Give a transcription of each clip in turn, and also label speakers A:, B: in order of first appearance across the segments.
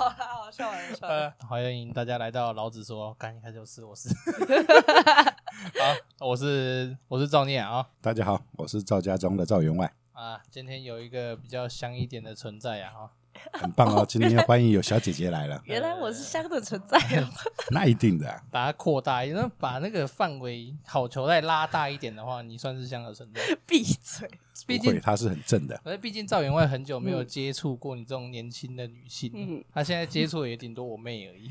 A: 笑人笑人。
B: 呃，欢迎大家来到老子说，干一开就是我是，好，我是我是赵念啊
C: 大家好，我是赵家中的赵员外，
B: 啊，今天有一个比较香一点的存在啊哈，
C: 很棒 哦！今天又欢迎有小姐姐来了，
A: 原来我是香的存在 哦，
C: 那一定的啊、
B: 把它扩大，一点，把那个范围好球再拉大一点的话，你算是香的存在，
A: 闭嘴！
B: 毕
C: 不会，
B: 竟。
C: 她是很正的。
B: 可是毕竟赵员外很久没有接触过你这种年轻的女性，
A: 嗯
B: 他现在接触的也顶多我妹而已。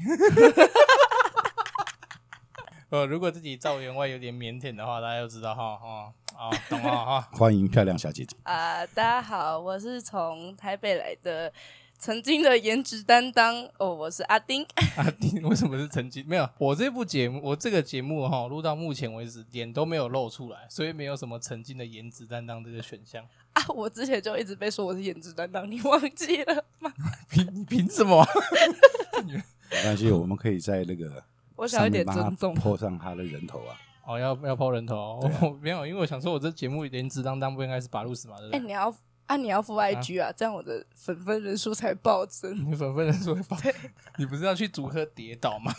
B: 呃，如果自己赵员外有点腼腆的话，大家就知道哈哈啊，懂了哈。
C: 欢迎漂亮小姐姐，
A: 啊、大家好，我是从台北来的，曾经的颜值担当哦，我是阿丁。
B: 啊，你为什么是曾经没有？我这部节目，我这个节目哈、录到目前为止，脸都没有露出来，所以没有什么曾经的颜值担当这个选项。
A: 啊，我之前就一直被说我是颜值担当，你忘记了吗？
B: 凭你凭什么？
C: 没关系，我们可以在那个
A: 我想
C: 上
A: 要一
C: 面
A: 点
C: 帮她
A: 尊重。
C: 泼上她的人头啊！
B: 哦，要要抛人头哦、
C: 对啊
B: 我没有，因为我想说，我这节目颜值担当不应该是把路死嘛，对不
A: 哎、
B: 对？
A: 你要啊，你要付 IG 啊，这样我的粉粉人数才暴增。
B: 你粉粉人说会把，你不是要去组合跌倒吗？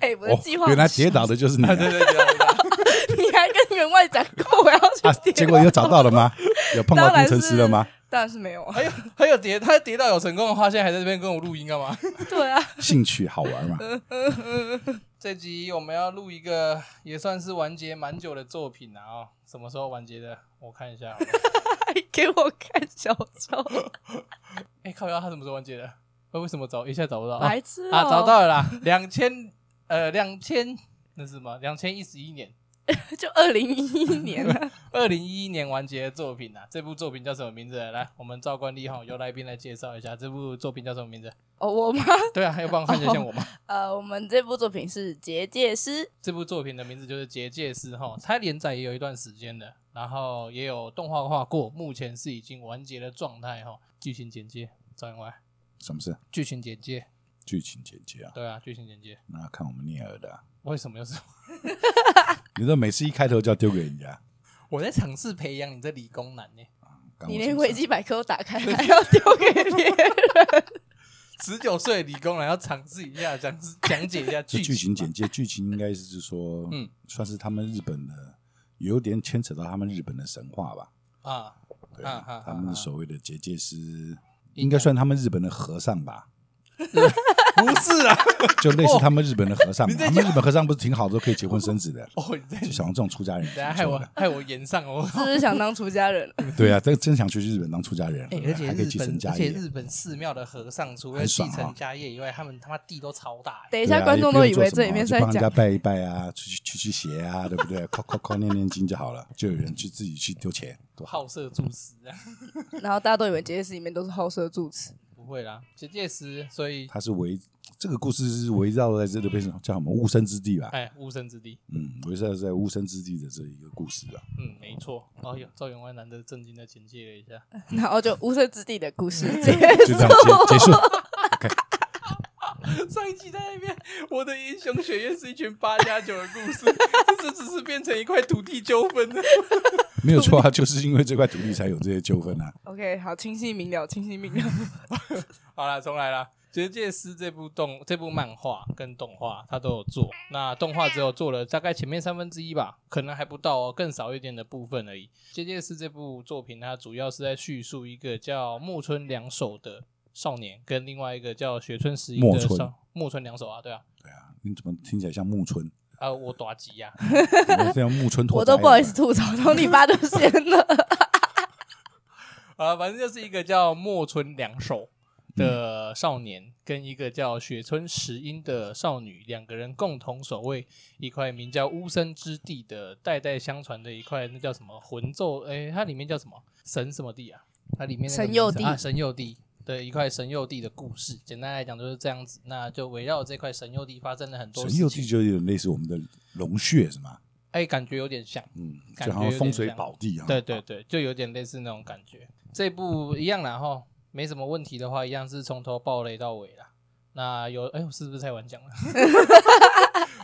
A: 哎、我的
C: 哦
A: 计划、，
C: 原来跌倒，的就是你啊、
B: 啊， 对对对，
A: 你还跟员外讲过我要
C: 啊
A: 去跌倒、！
C: 结果又找到 了吗？有碰到
A: 当然
C: 工
A: 是
C: 程师了吗？
A: 当然是没有 啊。
B: 还有还有跌，他跌倒有成功的话，现在还在这边跟我录音干嘛？
A: 对啊，
C: 兴趣好玩嘛？
A: 呃
B: 这集我们要录一个也算是完结蛮久的作品啊、哦，什么时候完结的？我看一下好了。
A: 还给我看小抄，
B: 哎、靠腰，他什么时候完结的？呃为什么找一下找不到？啊
A: 白痴哦
B: 啊，找到了啦，两千呃两千那是什么？两千一十一年，
A: 就二零一 一年啊，
B: 二零一一年完结的作品啊。这部作品叫什么名字？来，我们照惯例哈，由来宾来介绍一下这部作品叫什么名字？
A: 哦，我吗？
B: 对啊，要不然看起来像我吗？
A: 呃，我们这部作品是《结界师》，
B: 这部作品的名字就是《结界师》哈，它连载也有一段时间了，然后也有动画化过，目前是已经完结的状态哈。剧情简介，赵员外，
C: 什么事？
B: 剧情简介，
C: 剧情简介啊？
B: 对啊，剧情简介，
C: 那看我们聂耳的啊、
B: 为什么又是我？
C: 你说每次一开头就要丢给人家，
B: 我在尝试培养你这理工男呢、
C: 干我
A: 你
C: 什
A: 连
C: 么事
A: 维基百科都打开，还要丢给别人，
B: 十九岁的理工男要尝试一下，讲讲解一下
C: 这
B: 剧
C: 剧情简
B: 嘛
C: 介，剧情应该是说，
B: 嗯
C: 嗯，算是他们日本的，有点牵扯到他们日本的神话吧。
B: 啊，
C: 对
B: 啊啊啊
C: 啊，他们所谓的结界师，
B: 阴
C: 应该
B: 阳
C: 算他们日本的和尚吧，
B: 不是啊，
C: 就类似他们日本的和尚嘛。
B: 你在，
C: 他们日本和尚不是挺好的，都可以结婚生子的
B: 哦，你在
C: 就想要这种出家人
B: 等下
C: 挺
B: 害哎
C: 不
B: 我
C: 错的。
B: 害我延上哦。
A: 是不是想当出家人？
C: 对啊，这真想去日本当出家人，
B: 哎、
C: 对
B: 而
C: 不对啊
B: 且
C: 还可以
B: 日
C: 去成
B: 本，
C: 家
B: 而且
C: 业。
B: 日本寺庙的和尚，除了
C: 很
B: 继
C: 爽
B: 承
C: 哦
B: 家业以外，他们他妈地都超大。欸
A: 等一
C: 对
A: 下，
C: 啊
A: 观众都以为这里
C: 也不
A: 面
C: 用
A: 是
C: 做
A: 在
C: 什么就帮人家
A: 讲
C: 拜一拜啊，去去去去邪啊，对不对？哐哐哐念念经就好了，就有人去自己去丢钱，多好。
B: 好色助师啊，
A: 然后大家都以为结界师里面都是好色助词。
B: 不会啦，结界师，所以
C: 它是围这个故事是围绕在这个被叫什么无生之地吧？
B: 哎，无生之地，
C: 嗯，围绕在无生之地的这一个故事啊。
B: 嗯，没错。哦哟，赵员外难得正经的简介了一下，
A: 然后就无色之地的 故事结
C: 就
A: 束
C: 这样。结结束。
B: 上一集在那边，我的英雄学院是一群八加九的故事，这只是变成一块土地纠纷 了。
C: 没有错啊，就是因为这块土地才有这些纠纷啊。
A: OK，好，清晰明了，清晰 明了。
B: 好啦，重来啦。《结界师》这部动这部漫画跟动画，它都有做。那动画只有做了大概前面三分之一吧，可能还不到哦，更少一点的部分而已。《结界师》这部作品，它主要是在叙述一个叫木村良守的少年，跟另外一个叫雪村十一
C: 木
B: 的
C: 村
B: 少木村良守啊，对啊，
C: 对啊，你怎么听起来像木村？
B: 啊，我打吉呀、
C: 怎么像木村 拓
A: 我
C: 哉啊
A: 都不好意思吐槽，从你爸都先了。
B: 啊，反正就是一个叫墨村良守的少年，跟一个叫雪村石英的少女，两个人共同守卫一块名叫乌森之地的代代相传的一块，那叫什么魂咒？诶、它里面叫什么神什么地啊？它里面那个
A: 神
B: 名
A: 佑
B: 字
A: 地
B: 啊，神佑地。的一块神佑地的故事，简单来讲就是这样子。那就围绕这块神佑地发生了很多
C: 神
B: 事情，
C: 佑地就有点类似我们的龙穴是吗？
B: 哎、感觉有点像。
C: 嗯，
B: 感觉
C: 就好像风水宝地啊。
B: 对对对，就有点类似那种感觉。这部一样啦哈，没什么问题的话，一样是从头暴雷到尾啦。那有哎，我是不是太晚讲了？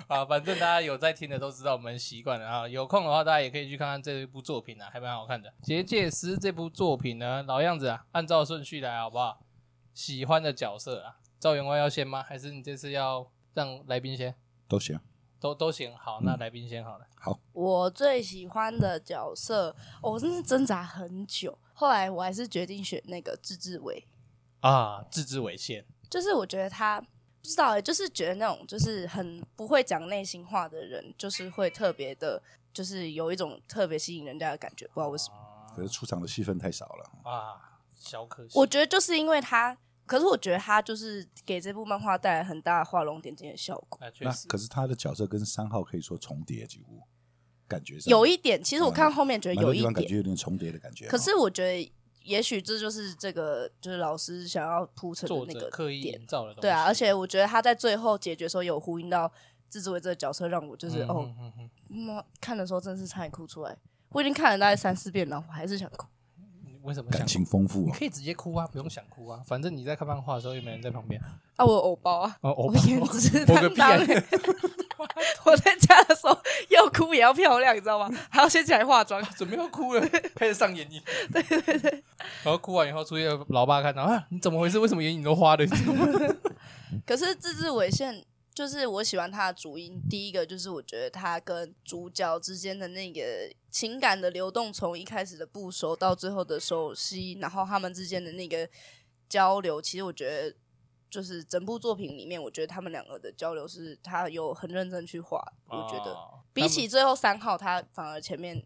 B: 啊，反正大家有在听的都知道，我们习惯了啊。有空的话，大家也可以去看看这一部作品啊，还蛮好看的。《结界师》这部作品呢，老样子啊，按照顺序来好不好？喜欢的角色啊，赵员外要先吗？还是你这次要让来宾先？
C: 都行。
B: 都都行，好，那来宾先好了。
A: 我最喜欢的角色，哦我真是挣扎很久，后来我还是决定选那个自治伟，
B: 啊，自治为先，
A: 就是我觉得他不知道欸，就是觉得那种就是很不会讲内心话的人，就是会特别的，就是有一种特别吸引人家的感觉，不知道为什么。
B: 哦
C: 可是出场的戏份太少了，
B: 啊，小可惜。
A: 我觉得就是因为他，可是我觉得他就是给这部漫画带来很大的画龙点睛的效果。
B: 啊，确
C: 那
B: 实
C: 可是他的角色跟三号可以说重叠，几乎感觉上
A: 有一点，其实我看后面觉得
C: 蛮
A: 有
C: 多
A: 一
C: 地方感
A: 点，
C: 觉有点重叠的感觉。啊
A: 可是我觉得也许这就是这个就是老师想要铺陈
B: 作
A: 的那
B: 者
A: 个
B: 刻意
A: 点
B: 营。造的东西。
A: 对啊，而且我觉得他在最后解决的时候有呼应到自治为这个角色，让我就是、
B: 嗯
A: 哦，，
B: 嗯嗯
A: 妈看的时候真是差点哭出来。我已经看了大概三四遍了，我还是想哭。
B: 嗯你为什么想
C: 感情丰富
B: 你
C: 啊，
B: 可以直接哭啊，不用想哭啊，反正你在看漫画的时候又没人在旁边。
A: 啊，我有偶包啊，
B: 哦，我
A: 我颜值
B: 我个
A: 担
B: 屁
A: 当、
B: 啊！
A: 欸。我在家的时候要哭也要漂亮，你知道吗？还要先起来化妆。
B: 准备要哭了，开始上眼影。对对对，然后哭完以后出去，老爸看到啊，你怎么回事？为什么眼影都花了？
A: 可是自治为限，就是我喜欢他的主因，第一个就是我觉得他跟主角之间的那个情感的流动，从一开始的不熟到最后的熟悉，然后他们之间的那个交流，其实我觉得就是整部作品里面，我觉得他们两个的交流是他有很认真去画，我觉得
B: 哦
A: 比起最后三号，他反而前面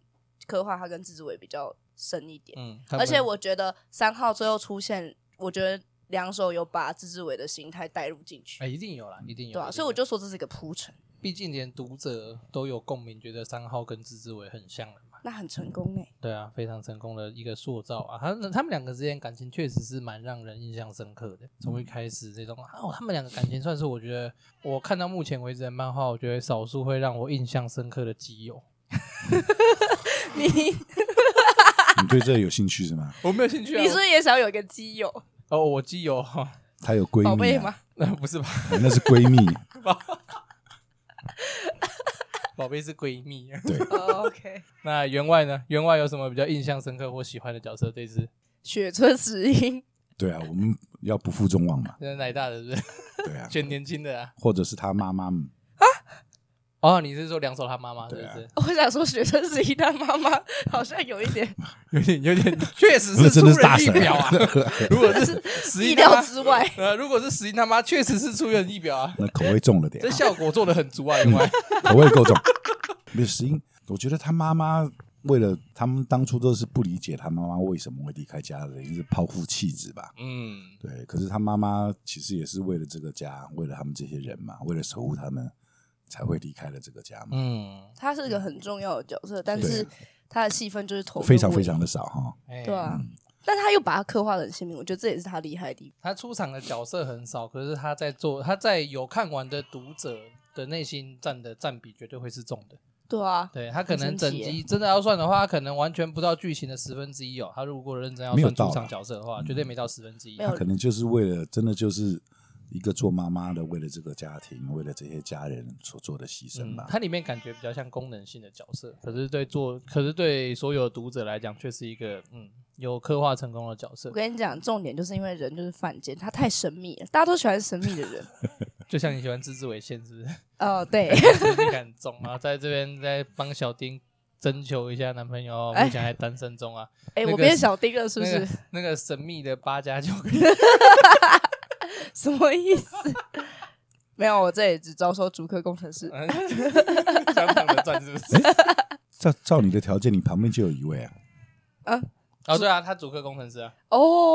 A: 刻画他跟自治为比较深一点。
B: 他们嗯，
A: 而且
B: 他们
A: 我觉得三号最后出现，我觉得两手有把自治伟的心态带入进去，
B: 哎，一定有啦，一定有。
A: 对
B: 一定
A: 啊，
B: 有
A: 所以我就说这是一个铺陈，
B: 毕竟连读者都有共鸣，觉得三号跟自治伟很像了嘛。
A: 那很成功哎、
B: 对啊，非常成功的一个塑造啊，他他们两个之间感情确实是蛮让人印象深刻的。从一开始这种哦，他们两个感情算是我觉得我看到目前为止的漫画，我觉得少数会让我印象深刻的基友。
A: 你
C: 你对这个有兴趣是吗？
B: 我没有兴趣啊，
A: 你是不是也想有一个基友
B: 哦，我基友，
C: 她有闺
A: 宝
C: 蜜、
A: 贝
C: 啊，
A: 吗？
B: 那不是吧？
C: 哎那是闺蜜，
B: 宝贝是闺蜜。啊
C: 对，
A: 哦 OK，
B: 那员外呢？员外有什么比较印象深刻或喜欢的角色？这次
A: 雪村石英，
C: 对啊，我们要不负众望嘛，
B: 现在奶大的是不 是？
C: 对啊，
B: 选年轻的啊？
C: 或者是他妈妈们，
B: 哦，你是说两手他妈妈是不
C: 对
B: 是？
A: 我想说雪村石英他妈妈好像有一点
B: 有点有点，确实
C: 那
B: 是
C: 真
B: 出
C: 的是大
B: 人意
C: 神
B: 表 啊！如果是十一
A: 意
B: 他
A: 料
B: 妈，
A: 之外。
B: 呃，如果是十一他妈，确实是出人意表啊！
C: 那口味重了点
B: 这，效果做的很足啊，员外。
C: 口味够重。不是石英，我觉得他妈妈为了他们当初都是不理解他妈妈为什么会离开家的，因为是抛夫弃子吧。
B: 嗯，
C: 对，可是他妈妈其实也是为了这个家，为了他们这些人嘛，为了守护他们，才会离开了这个家嘛。
B: 嗯，
A: 他是一个很重要的角色，但
C: 对
A: 是他的戏份就是投入
C: 非常
A: 不一
C: 非常的少哈，
B: 哎
A: 对啊，但他又把他刻画的很鲜明，我觉得这也是他厉害的地
B: 他出场的角色很少，可是他在做，他在有看完的读者的内心占的占比绝对会是重的。
A: 方。对啊，
B: 对他可能
A: 很
B: 整
A: 神奇耶
B: 集真的要算的话，他可能完全不到剧情的十分之一哦。他如果认真要
C: 没有
B: 算出
C: 到啊嗯
B: 场
C: 啦
B: 角色的话，绝对没到十分之一
A: 没。有
C: 他可能就是为了真的就是一个做妈妈的，为了这个家庭，为了这些家人所做的牺牲
B: 嗯
C: 吧。
B: 它里面感觉比较像功能性的角色，可是对做，可是对所有读者来讲，却是一个嗯有刻画成功的角色
A: 我。跟你讲，重点就是因为人就是犯贱，他太神秘了，大家都喜欢神秘的人。
B: 就像你喜欢自治为先，是不是？
A: 哦， 对，
B: 神秘感重啊，然后在这边再帮小丁征求一下男朋友哦，
A: 哎
B: 目前还单身中啊。
A: 哎、
B: 那个
A: 我变小丁 了，是不是？
B: 那个那个神秘的八加九 跟
A: 什么意思？没有，我这里只招收主科工程师。
B: 嗯相反的转是不是？
C: 照照你的条件，你旁边就有一位啊，
B: 哦，对啊，他主科工程师啊，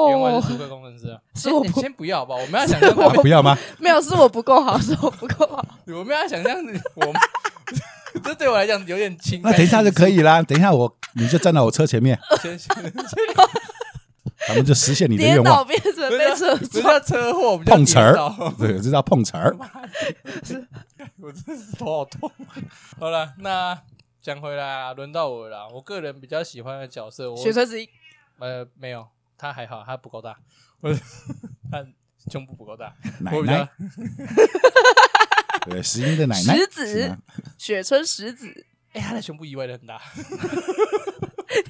B: 原外
A: 哦
B: 是，主科工程师啊。
A: 是我
B: 你
A: 不
B: 先不要吧，我们要想象画面，
C: 不要 吗？
A: 没有，是我不够好，是我不够好。
B: 我们要想象我们，这对我来讲有点轻。
C: 那等一下就可以啦，等一下我你就站到我车前面，
B: 先先
C: 咱们就实现你的
A: 跌
C: 愿
A: 倒
C: 望。
A: 变成
B: 不是
A: 被车
B: 不
A: 撞，
B: 叫车祸，我们叫
C: 碰瓷
B: 跌
C: 儿
B: 倒，
C: 对，这叫碰瓷儿。
B: 我真是头好痛。啊好了，那讲回来啊，轮到我了啦。我个人比较喜欢的角色，我
A: 学车子一
B: 呃没有，他还好，他不够大，我 他胸部不够大，
C: 奶
B: 我比较
C: 奶，对，石英的奶奶，
A: 石
C: 是
A: 子
C: 吗，
A: 雪村石子，
B: 哎，他的胸部意外的很大，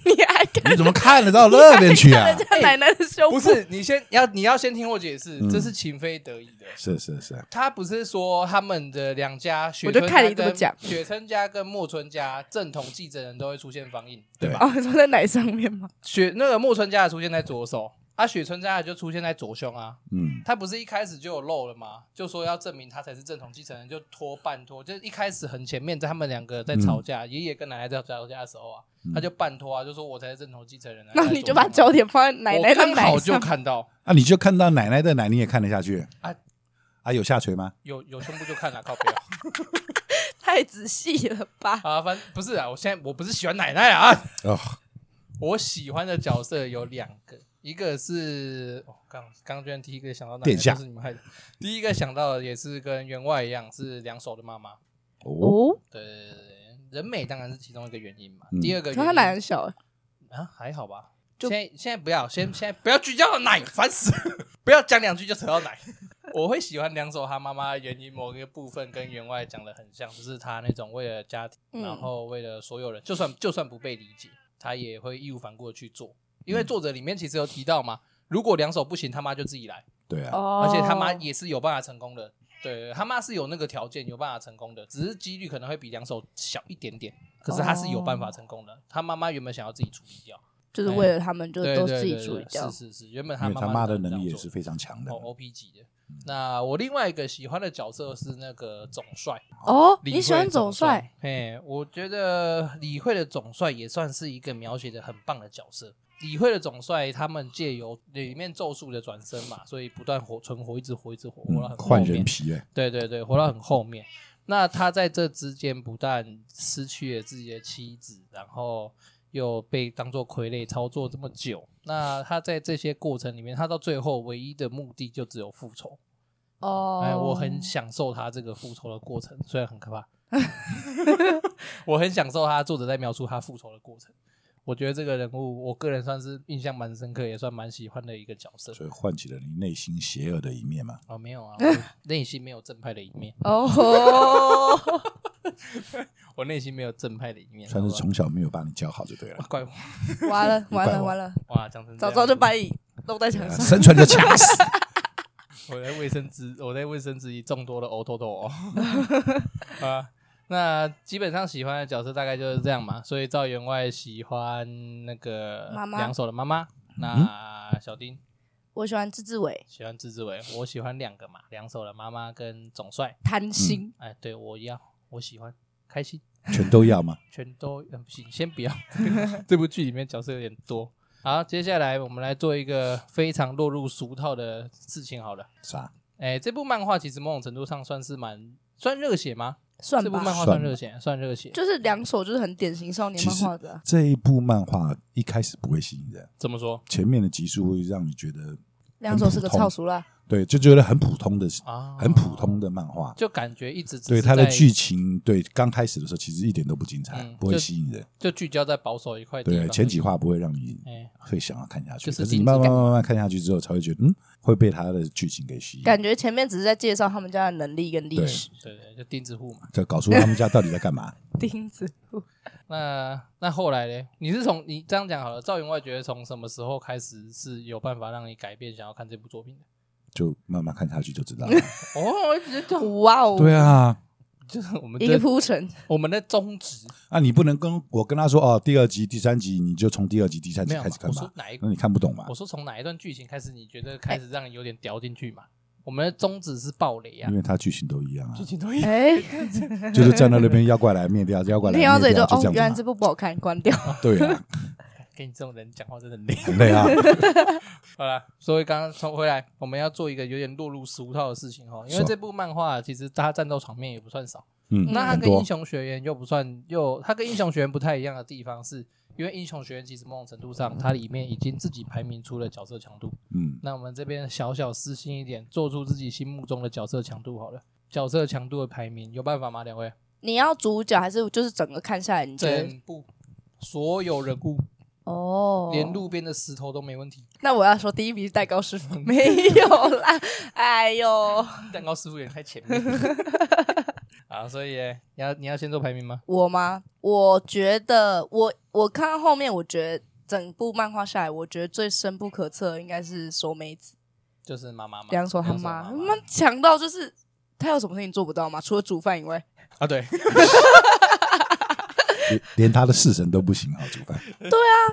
A: 你还看
C: 你怎么看得到那边去啊
A: 人？家奶奶的胸部？
B: 不是，你先要你要先听我解释，
C: 嗯
B: 这是情非得已的。
C: 是是是，
B: 他不是说他们的两家雪
A: 我就
B: 村
A: 看
B: 家
A: 你这么
B: 跟
A: 讲
B: 雪村家跟墨村家正统继承人都会出现方印，对吧？
A: 哦，你说在奶上面吗？
B: 雪那个墨村家的出现在左手，啊，雪村家的就出现在左胸啊。
C: 嗯，
B: 他不是一开始就有漏了吗？就说要证明他才是正统继承人，就拖半拖，就是一开始很前面，在他们两个在吵架，爷爷跟奶奶在吵架的时候啊，
C: 嗯
B: 他就半拖啊，就说我才是正统继承人啊。
A: 那
B: 他在
A: 你就
B: 左
A: 把
B: 胸啊
A: 焦点放在奶奶
B: 我
A: 的
B: 刚
A: 奶
B: 好就
A: 上。
B: 看到
C: 啊，你就看到奶奶的奶，你也看得下去
B: 啊
C: 啊？有下垂吗？
B: 有有胸部就看了，靠背啊。
A: 太仔细了吧？
B: 啊，反正不是啊，我现在我不是喜欢奶奶啊，
C: 哦，
B: 我喜欢的角色有两个，一个是哦刚刚居然第一个想到奶奶，
C: 殿下
B: 就是你们害的。第一个想到的也是跟员外一样是两手的妈妈，
C: 哦，
A: 哦，
B: 对对对对，人美当然是其中一个原因嘛。
C: 嗯
B: 第二个
A: 可
B: 原因
A: 他奶很小欸，
B: 啊还好吧，
A: 就
B: 现在现在不要，先现在不要聚焦到奶，烦死了， 不要讲两句就扯到奶。 我会喜欢两手他妈妈的原因，某一个部分跟员外讲的很像，就是他那种为了家庭。
A: 嗯
B: 然后为了所有人，就算就算不被理解，他也会义无反顾的去做。因
A: 嗯
B: 为作者里面其实有提到嘛，如果两手不行，他妈就自己来，
C: 对啊，
A: 哦
B: 而且他妈也是有办法成功的。对，他妈是有那个条件，有办法成功的，只是几率可能会比两手小一点点，可是他是有办法成功的。他妈妈原本想要自己处理掉，
A: 就是为了他们就
B: 哎对
A: 哦都
B: 对
A: 自己
B: 对
A: 处
B: 对
A: 理掉
B: 是。是是，原本
C: 因
B: 他
C: 为
B: 妈
C: 他妈的
B: 是这
C: 能
B: 样
C: 力也
B: 做
C: 是非常强的
B: 哦。OP 级的。那我另外一个喜欢的角色是那个总帅，
A: 哦，
B: 李
A: 你喜欢
B: 慧
A: 总
B: 总
A: 帅？？
B: 哎，我觉得李慧的总帅也算是一个描写的很棒的角色。李慧的总帅，他们借由里面咒术的转身嘛，所以不断活存活，一直活，一直活，活到
C: 嗯
B: 很后
C: 换
B: 面。
C: 人皮哎，
B: 对对对，活到很后面。那他在这之间不但失去了自己的妻子，然后又被当做傀儡操作这么久。那他在这些过程里面，他到最后唯一的目的就只有复仇。
A: 哦，
B: 哎，我很享受他这个复仇的过程，虽然很可怕， 我很享受他作者在描述他复仇的过程。我觉得这个人物，我个人算是印象蛮深刻，也算蛮喜欢的一个角色。
C: 所以唤起了你内心邪恶的一面嘛。
B: 哦，没有 啊，我内心没有正派的一面，
A: 哦，
B: 我内心没有正派的一面。
C: 算
B: 好
C: 是
B: 不好
C: 从小没有把你教好就对了
B: 啊， 怪我
A: 完了完
C: 怪
A: 了
C: 我
A: 完了，
B: 哇，讲成这
A: 早
B: 样
A: 早就把你弄在墙
C: 啊
A: 上。
C: 生存就掐死。
B: 我在卫生纸，我在卫生纸里众多的呕吐 吐哦。啊，那基本上喜欢的角色大概就是这样嘛。所以赵员外喜欢那个
A: 妈妈嗯
B: 两手的妈妈，那小丁
A: 我喜欢自治伟，
B: 喜欢自治伟，我喜欢两个嘛，两手的妈妈跟总帅。
A: 贪
C: 嗯
A: 心。
B: 哎，对我要，我喜欢开心，
C: 全都要吗？
B: 全都呃不行，先不 要。这部剧里面角色有点多。好，接下来我们来做一个非常落入俗套的事情好了。
C: 啥？
B: 哎，这部漫画其实某种程度上算是蛮算热血吗？
A: 算
B: 这部
A: 吧，
B: 漫画算热血，算热血。
A: 就是两手就是很典型少年漫画的啊，
C: 这一部漫画一开始不会吸引人，
B: 怎么说
C: 前面的集数会让你觉得，
A: 两手是个
C: 很普通
A: 超熟啦。
C: 对，就觉得很普通的，
B: 啊？
C: 很普通，的漫画。
B: 就感觉一直只
C: 对
B: 是
C: 它的
B: 在
C: 剧情，对刚开始的时候其实一点都不精彩，
B: 嗯
C: 不会
B: 就
C: 吸引人。
B: 就聚焦在保守一块地方而
C: 对
B: 已。，
C: 前几话不会让你
B: 哎，
C: 会想要看下去，
B: 就是
C: 可是你
B: 竞技
C: 慢慢
B: 感
C: 慢慢看下去之后，才会觉得嗯，会被它的剧情给吸引。
A: 感觉前面只是在介绍他们家的能力跟历
C: 嗯对
A: 史。
B: 对对，就钉子户嘛。
C: 就搞出他们家到底在干嘛？
A: 钉子户
B: 那那后来嘞？你是从你这样讲好了，赵员外觉得从什么时候开始是有办法让你改变想要看这部作品的？
C: 就慢慢看下去就知道了。
B: 哦，我觉得
A: 哇哦，
C: 对啊，
B: 就是我们
A: 一个
B: 的
A: 铺陈，
B: 我们的宗旨
C: 啊，你不能跟我跟他说哦，第二集、第三集你就从第二集、第三
B: 没
C: 集
B: 有嘛
C: 开始看
B: 我
C: 吧嗯
B: 说，哪一
C: 那你看不懂嘛
B: 我？说从哪一段剧情开始，你觉
A: 哎
B: 得开始让你有点掉进去嘛？我们的宗旨是暴雷啊
C: 因，为他剧情都一样啊
B: 剧，情都一样。
A: 哎，
C: 就是站在那边妖怪来灭掉，妖怪来
A: 听到这
C: 灭
A: 里就
C: 掉，就
A: 哦，
C: 这
A: 原来
C: 样
A: 这
C: 子嘛。
A: 部不好看，关掉。
C: 对啊，
B: 跟你这种人讲话真的很累。
C: 很累啊。
B: 好了，所以刚刚从回来，我们要做一个有点落入俗套的事情哦，因为
C: 是
B: 这部漫画其实它战斗场面也不算少，
C: 嗯，
B: 那它
C: 很
B: 跟英
C: 多
B: 雄学院又不算又，它跟英雄学院不太一样的地方是。因为英雄学院其实某种程度上，它里面已经自己排名出了角色强度。
C: 嗯，
B: 那我们这边小小私心一点，做出自己心目中的角色强度好了。角色强度的排名有办法吗？两位？
A: 你要主角还是就是整个看下来，你觉得
B: 整部所有人物，
A: 哦？
B: 连路边的石头都没问题。
A: 那我要说第一名是蛋糕师傅，没有啦，哎呦，
B: 蛋糕师傅也太前面。好，所以耶你要你要先做排名吗？
A: 我吗？我觉得我我看到后面，我觉得整部漫画下来，我觉得最深不可测的应该是守美子
B: 就是妈妈嘛，
A: 两手他
B: 两
A: 妈，他
B: 妈
A: 妈强到就是他有什么事情做不到吗？除了煮饭以外，
B: 啊，对，
C: 连连他的式神都不行啊，煮饭。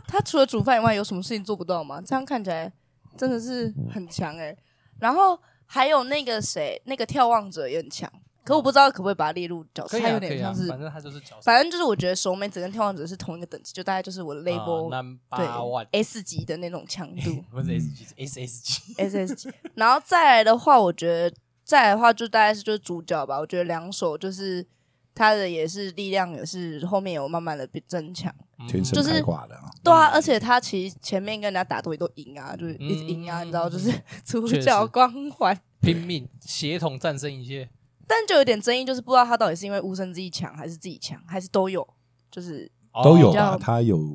A: 他除了煮饭以外，有什么事情做不到吗？这样看起来真的是很强哎、然后还有那个谁，那个眺望者也很强，可我不知道可不可以把它列入角
B: 可
A: 色，
B: 以
A: 他
B: 啊，
A: 有
B: 可
A: 点
B: 以啊
A: 像是，
B: 反正他就是角色
A: 反正就是我觉得守美子跟眺望者是同一个等级，就大概就是我的 label、
B: 啊那
A: 对
B: 八万
A: S 级的那种强度
B: 不
C: 嗯
B: 是 S 级是 SS 级，
A: S S 级。然后再来的话，我觉得再来的话就大概是就是主角吧，我觉得两手就是他的也是力量也是后面有慢慢的增强。
C: 天
A: 就
C: 生
A: 是
C: 开挂的啊，
A: 对啊，
B: 嗯
A: 而且他其实前面跟人家打都都赢啊，就是一直赢啊，
B: 嗯
A: 你知道，就是 主
B: 确
A: 角
B: 实
A: 光环。
B: 拼命协同战胜一切。
A: 但就有点争议，就是不知道他到底是因为无声自己强，还是自己强，还是都有。就是
B: 哦
C: 都有
A: 比
B: 啊
A: 较
C: 吧？他有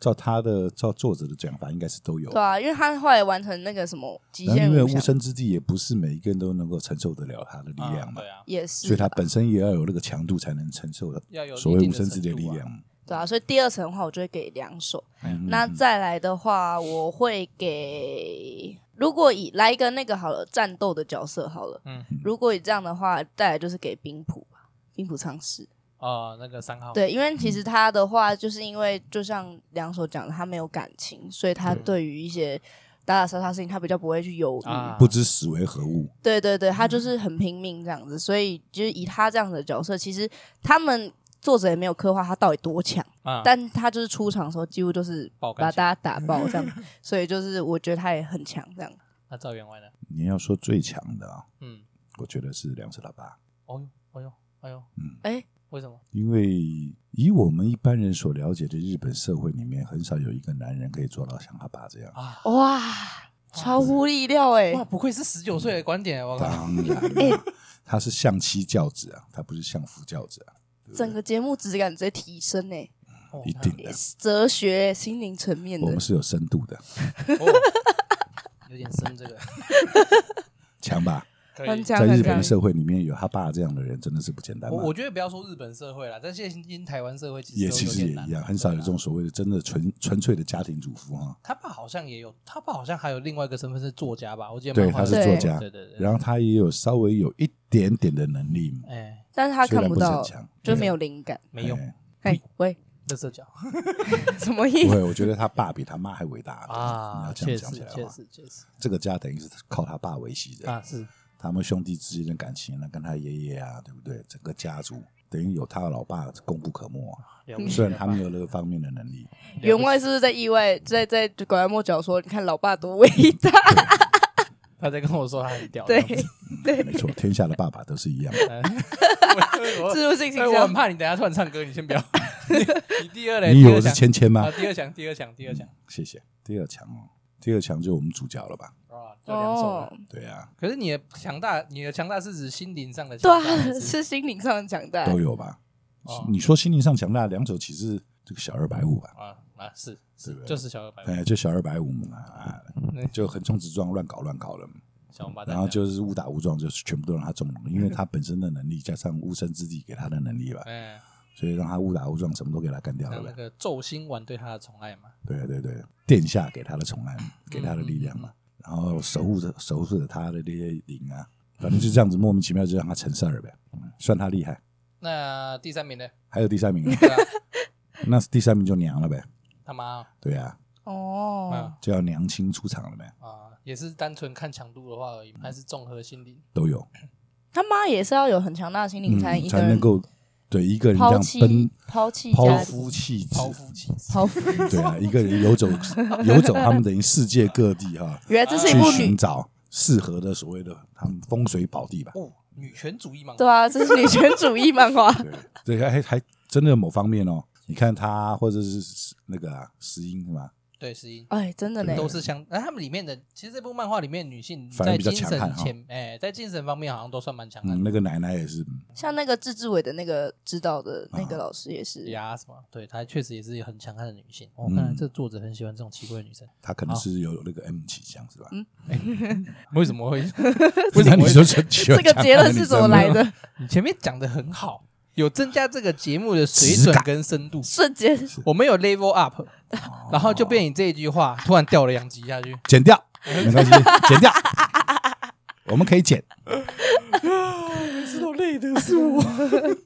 C: 照他的照作者的讲法，应该是都有
A: 对。啊，因为他后来完成那个什么极
C: 然后
A: 限
C: 因为
A: 无
C: 无
A: 想，
C: 声之地也不是每一个人都能够承受得了他的力量
B: 啊
C: 嘛
B: 对，啊，
A: 也
C: 所
A: 是
C: 以他本身也要有那个强度才能承受的
B: 要有
C: 所
B: 一
C: 谓
B: 定
C: 无
B: 的
C: 声之地的
B: 程
C: 力
B: 度啊
C: 量。
A: 对啊，所以第二层的话，我就会给两手。
C: 嗯
A: 那
C: 嗯
A: 再来的话，我会给，如果以来一个那个好了，战斗的角色好了。
B: 嗯
A: 如果以这样的话，再来就是给冰谱吧，冰谱苍士。
B: 哦，那个三号，
A: 对，因
C: 嗯
A: 为其实他的话，就是因为就像两手讲的，他没有感情，所以他
B: 对
A: 对于一些打打杀杀事情，他比较不会去犹豫。
B: 啊，
C: 嗯
B: 嗯
C: 不知死为何物，
A: 对对对，他就是很拼命这样子，所以就是以他这样的角色，其实他们作者也没有刻画他到底多强，
B: 啊，
A: 但他就是出场的时候几乎就是
B: 爆肝
A: 把
B: 强
A: 大家打爆这样， 所以就是我觉得他也很强这样。
B: 那赵员外呢？
C: 你要说最强的啊，
B: 嗯，
C: 我觉得是梁实老爸，
B: 哦呦，哦呦，哦呦，
A: 哎，
B: 为什么？
C: 因为以我们一般人所了解的日本社会里面，很少有一个男人可以做到像他爸这样。
B: 啊，
A: 哇，超乎意料哎、
B: 哇，不愧是十九岁的观点，我靠，
C: 当然啦，他是相妻教子啊，他不是相夫教子啊，
A: 整个节目质感直接提升哎、
B: 哦
C: 一定的，
A: 哲学、心灵层面
C: 我
A: 的
C: 们。是有深度的，
B: 哦有点深这个，
C: 强吧？
B: 可
A: 很
B: 以。
A: 强
C: 在
A: 很
C: 日本
A: 强
C: 的，社会里面，有他爸这样的人，真的是不简单
B: 我
C: 嘛。
B: 我觉得不要说日本社会啦，但现在今台湾社会其实
C: 也
B: 都
C: 其
B: 有
C: 实
B: 点
C: 也
B: 难
C: 一样，很少有这。
B: 对
C: 种
B: 啊
C: 所谓的真的纯纯粹的家庭主妇哈。
B: 他爸好像也有，他爸好像还有另外一个身份是作家吧？我记得
C: 对
B: 漫画
C: 他
A: 是
B: 里面
A: 作
B: 有
C: 家
B: 对对对。
C: 然后他也有稍微有一点点的能力，
B: 哎，
A: 但是他
C: 虽
A: 看
C: 然不是
A: 到
C: 很，强，
A: 就没有灵感。
B: 没用，
C: 哎
A: 哎， 喂，
B: 乐色 角
A: 什么
C: 不
A: 意思？
C: 会，我觉得他爸比他妈还伟大你
B: 啊，
C: 要这
B: 确
C: 样讲
B: 实
C: 起来的
B: 确
C: 话，
B: 实确实
C: 这个家等于是靠他爸维系的
B: 啊，是
C: 他们兄弟之间的感情呢，跟他爷爷啊，对不对？整个家族等于有他的老爸功不可没啊。
B: 了
A: 嗯
B: 不起
C: 虽然
B: 了
C: 他
B: 吧
C: 没有那个方面的能 力，
A: 员外是不是在意外在在拐弯抹角说，你看老爸多伟大？欸
B: 他在跟我说他很屌，
A: 对，
B: 这样子
C: 没错，天下的爸爸都是一样的。
B: 哎我我
A: 自入性形
B: 哎我很
A: 象。
B: 怕你等一下突然唱歌，你先不 要。你你第二嘞？
C: 你以为我
B: 第
C: 是
B: 二强
C: 芊芊吗嗯
B: 啊？？第二强，第二强，第二强
C: 谢谢。第二强哦，第二强就我们主角了吧？
B: 啊，就两首
A: 哦
B: 了。，
C: 对啊，
B: 可是你的强大，你的强大是指心灵上的
A: 对
B: 强大，还
A: 啊，
B: 是
A: 是心灵上的强大。
C: 都有吧？
B: 哦
C: 你说心灵上强大，两手岂是这个小二百五吧？
B: 啊啊是
C: 对
B: 是
C: 不对
B: 就是小二百
C: 哎，就小二百五嘛，啊
B: 嗯
C: 就横冲直撞，乱搞乱搞了。
B: 小王八蛋，
C: 然后就是误打误撞，就是全部都让他中了，因为他本身的能力加上无声之地给他的能力吧，
B: 嗯，
C: 所以让他误打误撞，什么都给他干掉了
B: 像那
C: 呗。
B: 个宙星丸对他的宠爱嘛，
C: 对对对，殿下给他的宠爱，给他的力量
B: 嗯
C: 嘛，然后守护着守护着他的这些灵啊，反正就这样子莫名其妙就让他成事儿呗，嗯算他厉害。
B: 那第三名 呢？
C: 还有第 三名啊，
B: 对啊，
C: 那第三名就娘了呗，
B: 他妈
C: 对啊，
A: 哦
B: 啊，
C: 就要娘亲出场了呗，
B: 啊，也是单纯看强度的话
C: 嗯
B: 而已，还是综合心理
C: 都有，
A: 他妈也是要有很强大的心灵，才一
C: 嗯，
A: 个
C: 才能
A: 人
C: 够对一个人这
A: 抛
C: 样
A: 弃
C: 奔
A: 抛弃
C: 抛
A: 家
C: 夫弃子，
B: 抛夫弃子
A: 抛夫。
C: 对啊，一个人 游走游走，他们等于世界各地哈、
A: 原来 这是一
C: 去
A: 部
C: 寻
A: 女，
C: 找适合的所谓的他们风水宝地吧。
B: 哦，女权主义嘛，
A: 对啊，这是女权主义漫画。
C: 对，对，还还真的某方面哦，你看他或者是那个啊石英是吧？
B: 对，石英
A: 哎，真的呢，
B: 都是相，哎，他们里面的其实这部漫画里面女性
C: 反而
B: 在
C: 比较
B: 精
C: 强悍
B: 神
C: 哈
B: 前，哎，在精神方面好像都算蛮强悍
C: 嗯，那个奶奶也是，
A: 像那个自治委的那个指导的那个老师也是
B: 的，
C: 啊
B: 呀什么，对，她确实也是很强悍的女性。我、
C: 嗯
B: 看来这作者很喜欢这种奇怪的女生，
C: 她可能是有那个 M 倾向是吧？
A: 嗯
B: 为什么会？
C: 不然你
B: 会
C: 说这 这
A: 这个结论是怎么 来？的？
B: 你前面讲的很好，有增加这个节目的水准跟深度，
A: 瞬间
B: 我们有 level
C: 哦
B: up，然后就被你这一句话突然掉了两级下去。
C: 剪掉，没关系，剪掉， 我们可以剪。
B: 知道累的是我。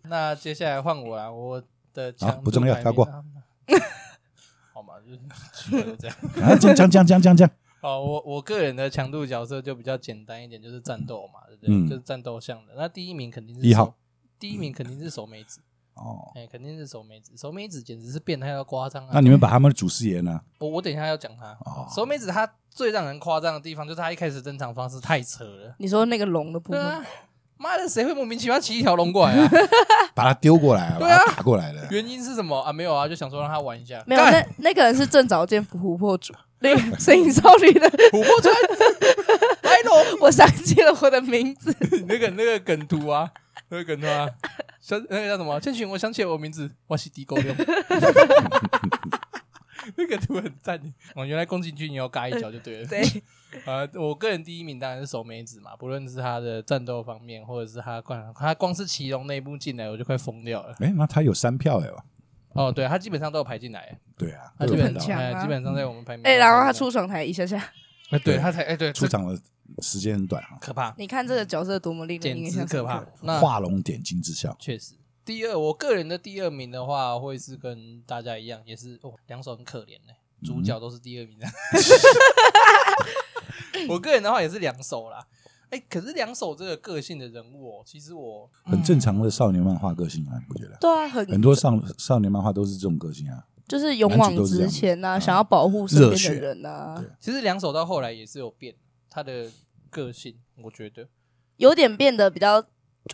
B: 那接下来换我啦，我的强
C: 好不重要
B: 度排名
C: 跳过
B: 啊。 好嘛，就是奇怪都 这样。
C: 啊，讲讲讲讲讲讲，
B: 哦，我我个人的强度角色就比较简单一点，就是战斗嘛，对不对？
C: 嗯
B: 就是战斗向的。那第一名肯定是
C: 一号
B: 手，第一名肯定是守美子，
C: 哦，
B: 哎、肯定是守美子。守美子简直是变态到夸张啊！
C: 那你们把他们的祖师爷呢？
B: 我我等一下要讲他。
C: 哦
B: 守美子她最让人夸张的地方就是她一开始登场方式太扯了。
A: 你说那个龙的部
B: 对
A: 分
B: 啊
A: 吗，，
B: 妈的，谁会莫名其妙骑一条龙过来 啊？
C: 把他丢过来，
B: 对啊
C: 把他打过来的。
B: 原因是什么啊？没有啊，就想说让他玩一下。
A: 没有，
B: 干
A: 那那个人是正早见琥珀 主，那个《神隐少女》的，
B: 琥珀川，白龙，
A: 我想起了我的名字，
B: 哎那个那个梗图啊，那个梗图啊，想那个叫什么？千寻，我想起了我名字，我是地沟流。 那个图很赞，哦，原来宫崎骏也有嘎一脚就对了。
A: 对，
B: 呃，我个人第一名当然是守美子嘛，不论是他的战斗方面，或者是他光他光是骑龙那一步进来，我就快疯掉了。
C: 哎，那他有三票哎，
B: 哦，对他基本上都有排进来，
C: 对啊，
B: 他
C: 都
B: 基
C: 有
B: 本
C: 看
A: 很
C: 到
A: 强啊
B: 哎基本上在我们排名。
A: 哎，然后他出，场台一下下，
B: 对他才哎对
C: 出场的时间很短啊，
B: 可怕，
A: 你看这个角色多么令人
B: 简
A: 印
B: 直
A: 象
B: 可
A: 深
B: 怕
A: 刻。。
B: 那
C: 画龙点睛之效。
B: 确实，第二，我个人的第二名的话，会是跟大家一样，也是哦，两首很可怜呢、主
C: 嗯
B: 角都是第二名的。 我个人的话也是两首啦。哎、可是两首这个个性的人物哦，其实我
C: 很正常的少年漫画个性啊，你不觉得？
A: 嗯对啊，很
C: 很多少少年漫画都是这种个性啊。
A: 就是勇往直前呐、
C: 男主都是这样啊
A: 想要保护身边的人啊呐、
C: 热血对
B: 嗯其实两首到后来也是有变，他的个性，我觉得
A: 有点变得比较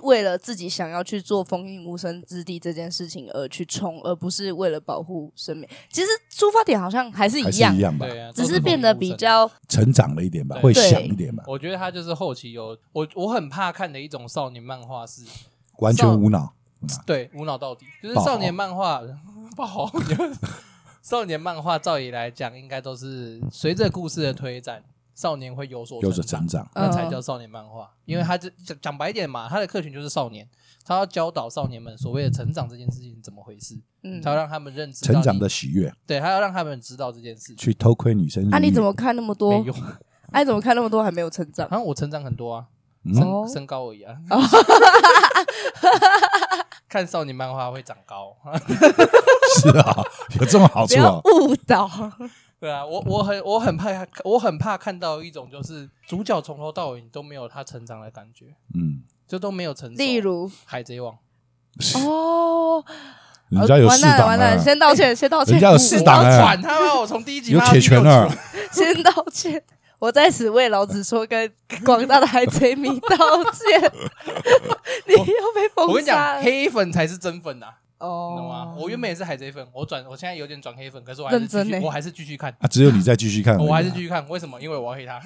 A: 为了自己想要去做封印无声之地这件事情而去冲，而不是为了保护身边。其实出发点好像还是
C: 还
A: 一
C: 是
A: 样，
C: 一样吧，
B: 对啊，
A: 只
B: 都
A: 是变
B: 同一
A: 得
B: 路
A: 比
B: 上
A: 较
C: 成长了一点吧，
B: 对
C: 会想一点吧，
B: 我觉得他就是后期有我我很怕看的一种少年漫画是，
C: 完全无脑。无脑
B: 对，无脑到底，就是
C: 爆
B: 少年漫画不好。 少年漫画照理来讲，应该都是随着故事的推展，少年会有所
C: 有所
B: 成长
C: 成，
B: 那
C: 长，
B: 才叫少年漫画。因为他这讲讲白一点嘛，他的客群就是少年，他要教导少年们所谓的成长这件事情是怎么回事，
A: 嗯。
B: 他要让他们认知到
C: 成长
B: 你
C: 的，喜悦，
B: 对，他要让他们知道这件事情。
C: 去偷窥女生。
A: 啊，你怎么看那么
B: 没
A: 多？
B: 用，
A: 哎、你怎么看那么多还没有成长？
B: 然后我成长很多啊，
C: 嗯
B: 身身高而已啊。 看少年漫画会长高，
C: 是啊？有这么好
A: 不
C: 处
A: 要
C: 啊？
A: 误导，
B: 对啊，我我很我很怕，我很怕看到一种就是主角从头到尾都没有他成长的感觉，
C: 嗯，
B: 就都没有成熟。
A: 例 如
B: 《海贼王》，
A: 哦，
C: 人家有
A: 完
C: 四
A: 蛋了，
C: 档
A: 完蛋
C: 啊
A: 了，，先道歉，先道歉，
C: 人家有四档
B: 我
C: 哎
B: 管他妈！我从第一集
C: 有
B: 骂到
C: 铁
B: 第
C: 拳
B: 六
C: 啊
B: 集，
A: 先道歉。我在此为老子说跟广大的海贼迷道歉， 你又被封杀了。
B: 我跟你讲，黑粉才是真粉呐、啊，
A: 哦，
B: 你懂吗？我原本也是海贼粉，我转我现在有点转黑粉，可是我还是
A: 认
B: 继
A: 真
B: 续，
A: 欸
B: 我还是继续 看，
C: 啊，只有你再继续看而已啊，
B: 我还是继续看。为什么？因为我要黑他。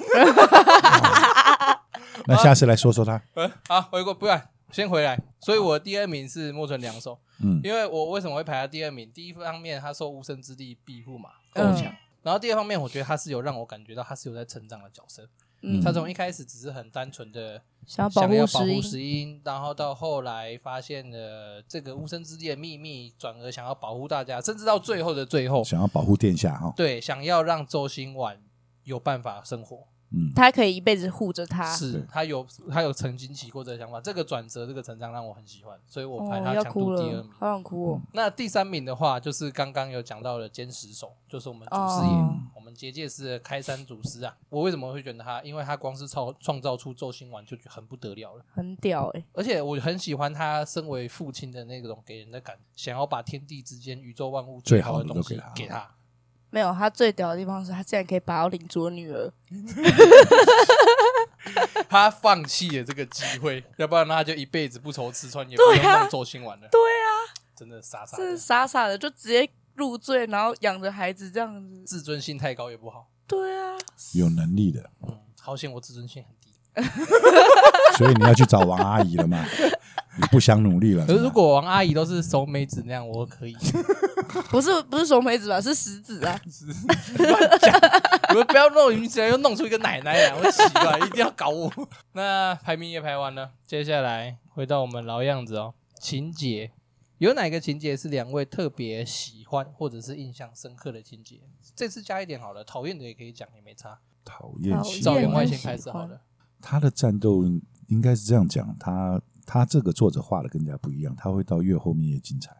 C: 那
B: 啊
C: 下次来说说他，
B: 呃，好，回过不然先回来。所以我第二名是木村良守，
C: 嗯，
B: 因为我为什么会排他第二名？第一方面，他受无声之地庇护嘛，够
A: 嗯
B: 强。然后第二方面，我觉得他是有让我感觉到他是有在成长的角色。
A: 嗯
B: 他从一开始只是很单纯的
A: 想嗯要保
B: 想要
A: 护
B: 保
A: 石
B: 护
A: 英，
B: 石英，然后到后来发现了这个无声之地的秘密，转而想要保护大家，甚至到最后的最后，
C: 想要保护殿下哈，
B: 对，想要让周星晚有办法生活。
C: 嗯，
A: 他可以一辈子护着他。
B: 是
C: 对
B: 他有他有曾经起过这个想法，这个转折这个成长让我很喜欢，所以我
A: 哦
B: 排他
A: 要
B: 强度
A: 哭
B: 第二
A: 了
B: 名，。
A: 好想哭哦！
B: 那第三名的话，就是刚刚有讲到的坚石手，就是我们祖师爷，
A: 哦
B: 我们结界师的开山祖师啊。我为什么会选他？因为他光是创创造出宙星丸就很不得了了，
A: 很屌哎、
B: 而且我很喜欢他身为父亲的那种给人的感觉，想要把天地之间、宇宙万物
C: 最
B: 好
C: 好
B: 的
C: 的都
B: 东西
C: 给他
B: 给他。
A: 没有，他最屌的地方是他竟然可以把我领主的女儿。
B: 他放弃了这个机 会，要不然他就一辈子不愁吃穿，也不用
A: 对啊
B: 弄宙星丸了。
A: 对啊，
B: 真的傻傻
A: 真
B: 的
A: 是。傻傻的，就直接入赘，然后养着孩子这样子。
B: 自尊心太高也不好。
A: 对啊，
C: 有能力的，
B: 嗯，好险我自尊心很低。
C: 所以你要去找王阿姨了 嘛？你不想努力了？
B: 可是
C: 是吗
B: 如果王阿姨都是熟妹子那样，我可以。
A: 不是不是熊培子吧，是石子啊。
B: 乱讲，你们不要弄，你们直接又弄出一个奶奶来，我奇怪，一定要搞我。 那排名也排完了，接下来回到我们老样子哦，情节有哪个情节是两位特别喜欢或者是印象深刻的情节？这次加一点好了，讨厌的也可以讲，也没差。
C: 讨厌
A: 讨厌
C: 型
B: 照员
A: 我
B: 外
A: 也
B: 先
A: 喜
B: 开始好
A: 欢
B: 了，
C: 他的战斗应该是这样讲，他他这个作者画的跟人家不一样，他会到越后面越精彩。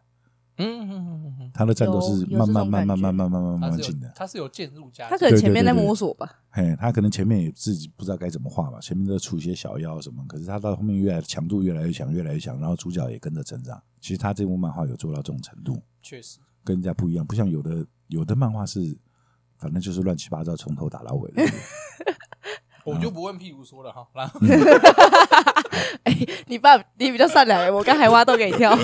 B: 嗯嗯嗯嗯
C: 他的战斗是
A: 有有
C: 慢
A: 这
C: 慢
A: 种
C: 慢慢
A: 感觉
C: 慢慢慢慢
B: 嗯，他
C: 慢慢
B: 是
C: 进
B: 有
C: 的。
B: 他是有渐入佳
A: 他
B: 境
A: 可，能前面在
C: 对对对
A: 摸索吧。
C: 嘿，他可能前面也自己不知道该怎么画吧，前面都出一些小妖什么，可是他到后面越来强度越来越强，越来越强，然后主角也跟着成长。其实他这部漫画有做到这种程度，
B: 确实，
C: 跟人家不一样，不像有的有的漫画是，反正就是乱七八糟，从头打到尾的。
B: 我就不问屁股说了哈，然后
A: 哎、你爸你比较善良、欸，我刚还挖洞给你 跳。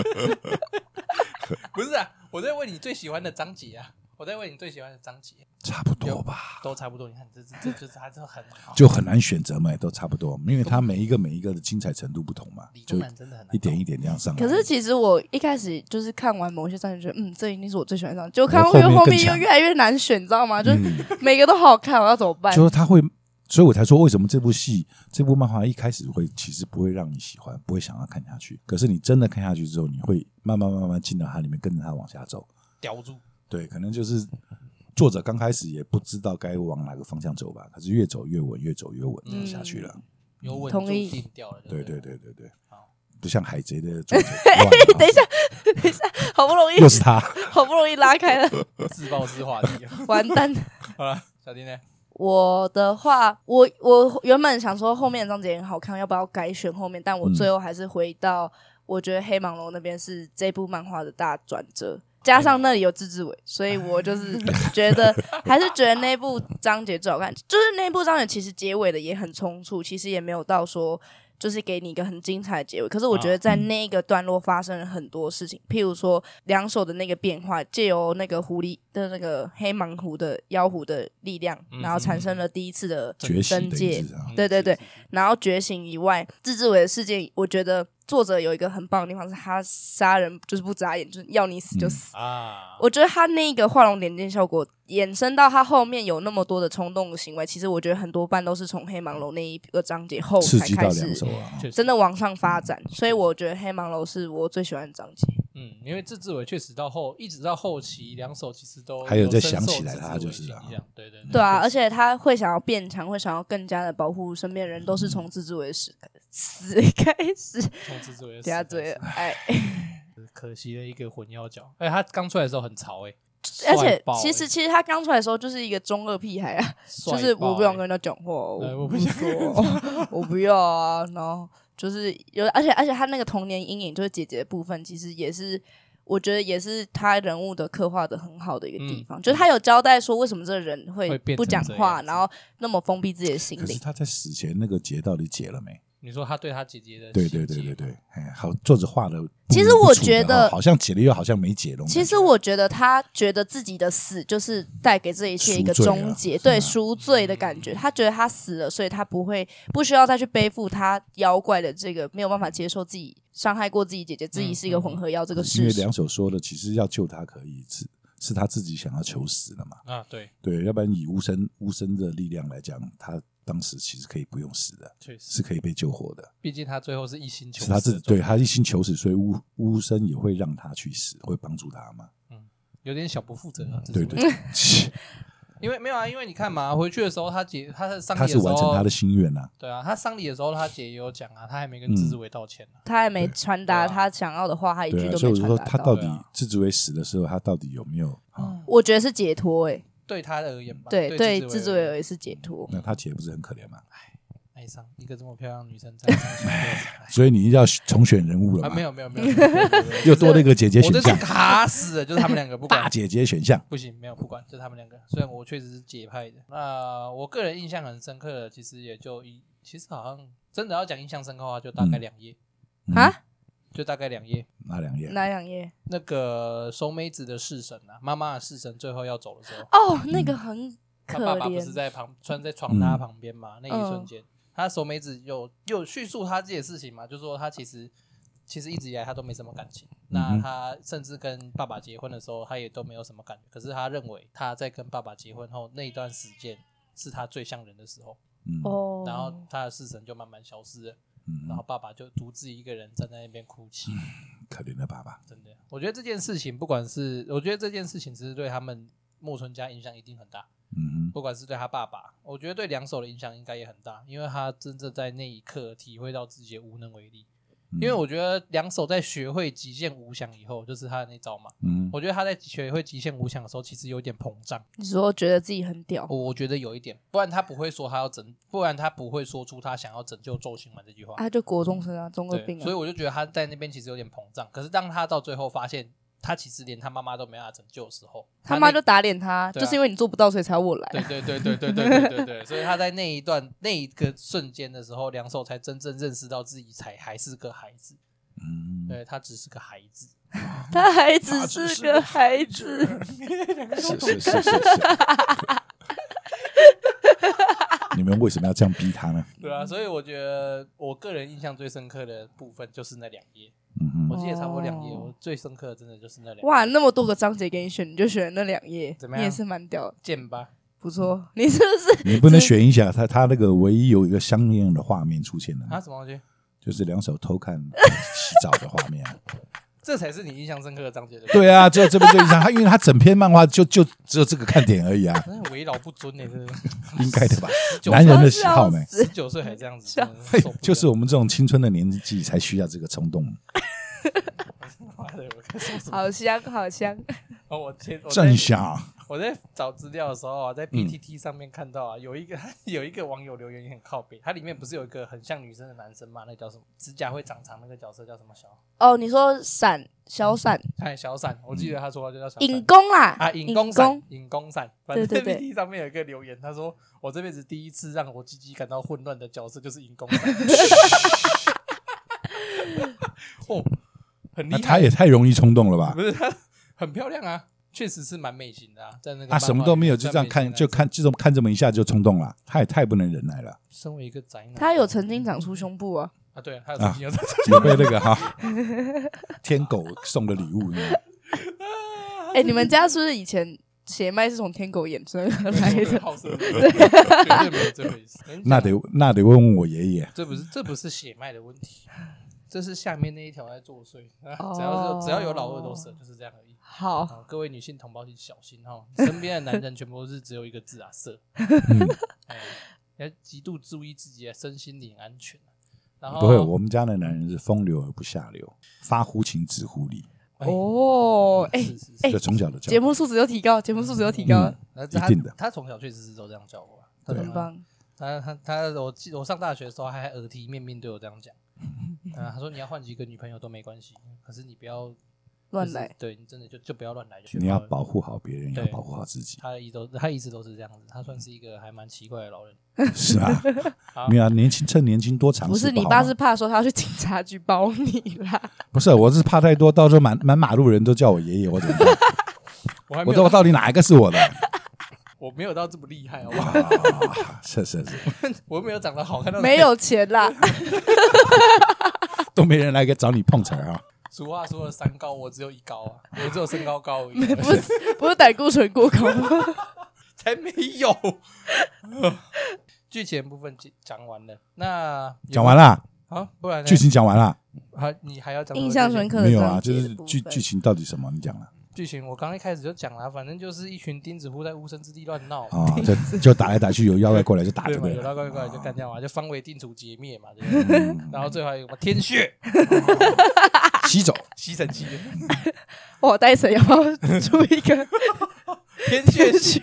B: 不是啊，我在问你最喜欢的章节啊，我在问你最喜欢的章节。啊
C: 差不多吧，
B: 都差不多。你看，这这这就是还是很好。
C: 就很难选择嘛，也都差不多，因为它每一个每一个的精彩程度不同嘛
B: 理，
C: 就
B: 工男真的很难懂
C: 一点一点这样上来。
A: 可是其实我一开始就是看完某些章节，觉得嗯，这一定是我最喜欢的章节。就
C: 后
A: 看到越后
C: 面更
A: 面又
C: 强
A: 越来越难选，你知道吗？就
C: 嗯
A: 每个都好看，我要怎么办？
C: 就是他会，所以我才说为什么这部戏、这部漫画一开始会其实不会让你喜欢，不会想要看下去。可是你真的看下去之后，你会慢慢慢慢进到它里面，跟着它往下走。
B: 叼住，
C: 对，可能就是作者刚开始也不知道该往哪个方向走吧，可是越走越稳，越走越稳，这样下去了。
B: 有稳住
A: 同意
B: 定掉了。
C: 对
B: 对
C: 对
B: 不
C: 对对对
B: 好，
C: 不像海贼的作者，乱
A: 等一下，等一下，好不容 易
C: 又是他。
A: 好不容易拉开了，
B: 对，自暴自话题。
A: 完蛋。
B: 好了，小丁呢？
A: 我的话，我我原本想说后面的章节很好看，要不要改选后面？但我
C: 嗯
A: 最后还是回到，我觉得黑芒楼那边是这部漫画的大转折，加上那里有自治伟，所以我就是觉得还是觉得那部章节最好看。就是那部章节其实结尾的也很冲突，其实也没有到说。就是给你一个很精彩的结尾，可是我
B: 啊
A: 觉得在
C: 嗯
A: 那个段落发生了很多事情，譬如说两手的那个变化，借由那个狐狸的那个黑芒狐的妖狐的力量，
B: 嗯
A: 然后产生了第一次的
C: 觉醒
A: 分
C: 的
A: 界
C: 意，思啊，
A: 对对对
B: 是，是是
A: 然后觉醒以外，自治伟的事件，我觉得作者有一个很棒的地方是他杀人就是不眨眼，就是要你死
C: 嗯
A: 就死。
B: 啊，
A: 我觉得他那个画龙点睛效果衍生到他后面有那么多的冲动的行为，其实我觉得很多半都是从黑芒楼那一个章节后
C: 刺
A: 才
C: 激到
A: 开
C: 两手
A: 始
C: 啊。
B: 确实
A: 真的往上发展，所以我觉得黑芒楼是我最喜欢的章节。
B: 嗯，因为自治伟确实到后，一直到后期，两手其实都
C: 还有在
B: 深
C: 想
B: 受
C: 起来
B: 自治
C: 他
B: 伟
C: 就是啊
B: 影响对对
A: 对啊，而
B: 嗯确实
A: 且他会想要变强，会想要更加的保护身边人，都是从自治为始死开 始。
B: 从自治伟的
A: 等下
B: 死开
A: 嘴
B: 始
A: 了，哎，
B: 可惜了一个混妖角。哎，他刚出来的时候很潮哎，
A: 而且
B: 帅爆
A: 其
B: 哎
A: 实其实他刚出来的时候就是一个中二屁孩啊，就是我不想跟他讲话，
B: 哎
A: 我
B: 我不想
A: 说， 我不要啊。然后就是有，而且而且他那个童年阴影，就是姐姐的部分，其实也是。我觉得也是他人物的刻画的很好的一个地方，就是他有交代说为什么这个人
B: 嗯会
A: 会
B: 变成
A: 不讲
B: 这
A: 话，
B: 样子
A: 然后那么封闭自己的心
C: 可是
A: 灵。
C: 他在死前那个结到底结了没？
B: 你说他对他姐姐的
C: 对对
B: 心
C: 对
B: 结
C: 对
B: 吗
C: 对，哎，好，作者画的，哦
A: 其实我觉得
C: 好像解了又好像没解那种感觉。
A: 其实我觉得他觉得自己的死就是带给这一切一个
C: 赎罪啊
A: 终结，
C: 是吧
A: 对赎罪的感觉。他觉得他死了，所以他不会不需要再去背负他妖怪的这个没有办法接受自己伤害过自己姐姐，自己是一个混合妖这个
C: 嗯因
A: 事
C: 为
A: 实。
C: 两手说的，其实要救他可以是是他自己想要求死的嘛，
B: 啊，对，
C: 对，要不然以巫生巫生的力量来讲，他当时其实可以不用死的，
B: 确实，
C: 是可以被救活的，
B: 毕竟他最后是一心求
C: 是
B: 死
C: 他
B: 的
C: 自己
B: 状
C: 对
B: 态
C: 他一心求死，所以巫巫生也会让他去死，会帮助他嘛，
B: 有点小不负责啊，自治伟
C: 对对，
B: 因为没有啊，因为你看嘛，回去的时候他姐他在丧礼
C: 他
B: 的时
C: 是
B: 候，
C: 完成他的心愿啊，
B: 对啊，他丧礼的时候他姐也有讲啊，他还没跟自治伟道歉呢、
A: 他还没传达
B: 对啊
A: 他想要的话，他一
C: 对
A: 句
C: 啊，
A: 都
C: 所以
A: 没
C: 我就
A: 传
C: 说
A: 达
C: 他
A: 到。
C: 到
B: 对
C: 底
B: 啊嗯
C: 自治为死的时候，他到底有没有啊？
A: 我觉得是解脱，哎，
B: 对他而言吧，
A: 对
B: 对
A: 对，自
B: 治
A: 治
B: 伟
A: 伟也是解脱。
C: 那他姐不是很可怜嘛？
B: 哎哀伤，一个这么漂亮的女生在伤心地
C: 所以你要重选人物了
B: 哎啊，
C: 嘛？
B: 没有没有没有，没有没有没有没有
C: 又多了一个姐姐
B: 我这
C: 选
B: 次
C: 项，
B: 卡死了，就是他们两个不管
C: 大姐姐选项。
B: 不行，没有不管，就他们两个。虽然我确实是节拍的，那我个人印象很深刻的，其实也就一，其实好像真的要讲印象深刻的话，就大概两页。
C: 嗯
A: 啊，
B: 就大概两页。
C: 那两页？
A: 哪两页？
B: 那个熟妹子的式神啊，妈妈的式神最后要走的时候，
A: 哦，那个很
B: 他
A: 可
B: 爸爸不是
A: 怜。嗯
B: 在旁穿在
C: 嗯
B: 床榻旁边嘛？那一瞬间，他守美子有有叙述他自己的事情嘛？就说他其实其实一直以来他都没什么感情，那
C: 嗯哼
B: 他甚至跟爸爸结婚的时候，他也都没有什么感觉。可是他认为他在跟爸爸结婚后那一段时间是他最像人的时候，
C: 嗯，
A: 哦，
B: 然后他的式神就慢慢消失了，
C: 嗯
B: 然后爸爸就独自一个人站在那边哭泣。
C: 可怜的爸爸，
B: 真的，我觉得这件事情，不管是我觉得这件事情，其实对他们木村家影响一定很大。
C: 嗯哼，
B: 不管是对他爸爸，我觉得对两手的影响应该也很大，因为他真正在那一刻体会到自己的无能为力。
C: 嗯
B: 因为我觉得两手在学会极限无想以后，就是他的那招嘛。
C: 嗯
B: 我觉得他在学会极限无想的时候，其实有点膨胀，
A: 你说觉得自己很屌，
C: 哦
B: 我我觉得有一点，不然他不会说他要拯，不然他不会说出他想要拯救周星满这句话。
A: 啊，就国中生啊，中二
B: 对，
A: 病啊。
B: 所以我就觉得他在那边其实有点膨胀。可是当他到最后发现，他其实连他妈妈都没办法拯救的时候，
A: 他
B: 那
A: 妈就打脸他，
B: 对啊
A: 就是因为你做不到，所以才要我来
B: 对
A: 啊。
B: 对对对对对对对对，所以他在那一段那一个瞬间的时候，两手才真正认识到自己才还是个孩子，
C: 嗯，
B: 对他只是个孩子，
A: 他还
C: 他
A: 只
C: 只
A: 是
C: 是
A: 个
C: 个
A: 孩子，
C: 是是是是 是，你们为什么要这样逼他呢？
B: 对啊，所以我觉得我个人印象最深刻的部分就是那两页，
C: 嗯
B: 我
C: 哼，
B: 记得差不多两页，
A: 哦
B: 我最深刻的真的就是那两页
A: 哇，那么多个章节给你选，你就选了那两页
B: 怎，么
A: 你
B: 样
A: 也是蛮屌的，
B: 见吧，
A: 不错。哦你是不是
C: 你不能选一下他，他那个唯一有一个相应的画面出现
B: 啊
C: 的，
B: 什么东西？
C: 就是两手偷看洗澡的画面啊。
B: 这才是你印象深刻的章节，对不对？
C: 对啊，只有这边就一张，他因为他整篇漫画就就只有这个看点而已啊，
B: 真的为老不尊呢，真的。
C: 应该的吧？
B: 就
C: 男人的喜好没，
B: 十九岁还这样子，真的
C: 嘿
B: 受不了
C: 哎就是我们这种青春的年纪才需要这个冲动，
B: 妈的，我该说什么？
A: 好香好香？
B: 哦，我天，我在
C: 正想
B: 我在找资料的时候啊，
C: 嗯
B: 在 PTT 上面看到啊，有一个 有一个网友留言也很靠北，它里面不是有一个很像女生的男生吗？那叫什么？指甲会长长那个角色叫什么小？
A: 哦，你说闪小闪
B: 哎，小闪，我记得他说话就叫小
A: 引
B: 闪。
A: 弓啦
B: 啊，引弓闪，引弓闪，反正
A: 对对对
B: PPT 上面有一个留言，他说我这辈子第一次让我鸡鸡感到混乱的角色就是引弓闪， 哦，很厉
C: 那
B: 害，
C: 他也太容易冲动了吧
B: 不？是他很漂亮啊，确实是蛮美型的啊，在那个
C: 他
B: 漫画
C: 什么都没有，
B: 里面
C: 就这
B: 算
C: 样
B: 美
C: 看，
B: 型
C: 就
B: 男生
C: 看，这种看这么一下就冲动了，他也太不能忍 耐了，
B: 身为一个宅男，
A: 他有曾经长出胸部啊，
B: 啊，对，他有曾经有
C: 也被那 个哈天狗送的礼物一样，
A: 哎，你们家是不是以前血脉是从天狗衍生 而来
B: 没有
A: 的？
B: 好色，绝对没有这回事。 跟你讲
C: 那得那得问问我爷爷，
B: 这不是这不是血脉的问题，这是下面那一条在作祟。
A: 哦
B: 啊只要是只要有老二都是，就是这样而已。
A: 好，
B: 好，各位女性同胞请小心哈，身边的男人全部都是只有一个字啊， 色。
C: 嗯，
B: 哎，要极度注意自己的身心灵安全。啊然后
C: 不会，我们家的男人是风流而不下流，发乎情止乎礼，
B: 哎
A: 哦，哎，
B: 是是是
A: 哎
C: 这从小的教
A: 节
C: 育，
A: 目素质又提高，节目素质又提高了，
B: 那他
C: 嗯一定的
B: 他从小确实是都这样教我啊，他
C: 对
B: 从
A: 很
B: 小
A: 棒。
B: 他他他，我记得我上大学的时候，他还耳提面命对我这样讲，啊，他说你要换几个女朋友都没关系，可是你不要
A: 乱
B: 就是
A: 来，
B: 对你真的就就不要乱来，就
C: 你要。保护好别人，也
B: 对
C: 要保护好自己，
B: 他的一直都他一直都是这样子，他算是一个还蛮奇怪的老人。
C: 是吧
B: 好？
C: 没有啊，年轻趁年轻多尝试。
A: 不是你
C: 好
A: 爸
C: 吗
A: 是怕说他要去警察局保你 啦，
C: 不是，我是怕太多，到时候满满马路人都叫我爷爷，我 怎么办？
B: 我还没
C: 我
B: 有
C: 到我到底哪一个是我的？
B: 我没有到这么厉害，好不好？
C: 啊，是是是，
B: 我没有长得好看到
A: 没。有钱啦，
C: 都没人来给找你碰瓷儿啊！
B: 俗话说的三高，我只有一高啊，我只有身高高而已，
A: 不是不是胆固醇过高吗？
B: 才没有。剧情部分讲讲完了，那
C: 讲完了，
B: 啊，不然呢
C: 剧情讲完了，
B: 还你还要讲什么
A: 印象
B: 剧情
A: 深刻的
C: 没有啊？
A: 章节
C: 就
A: 的
C: 是
A: 部
C: 剧
A: 分
C: 剧情到底什么？你讲了
B: 剧情我刚一开始就讲了，啊反正就是一群钉子户在无声之地乱闹，
C: 啊？就就打来打去，有妖怪过来就打
B: 对
C: 就
B: 嘛？
C: 对
B: 有
C: 了。
B: 到怪怪就干掉嘛，就方为定主劫灭嘛，对不对？
C: 嗯
B: 然后最后还有什么天血、
C: 洗走，
B: 吸尘 器、
A: 哇，哦戴森要不要出一 个
B: 天血
A: 血？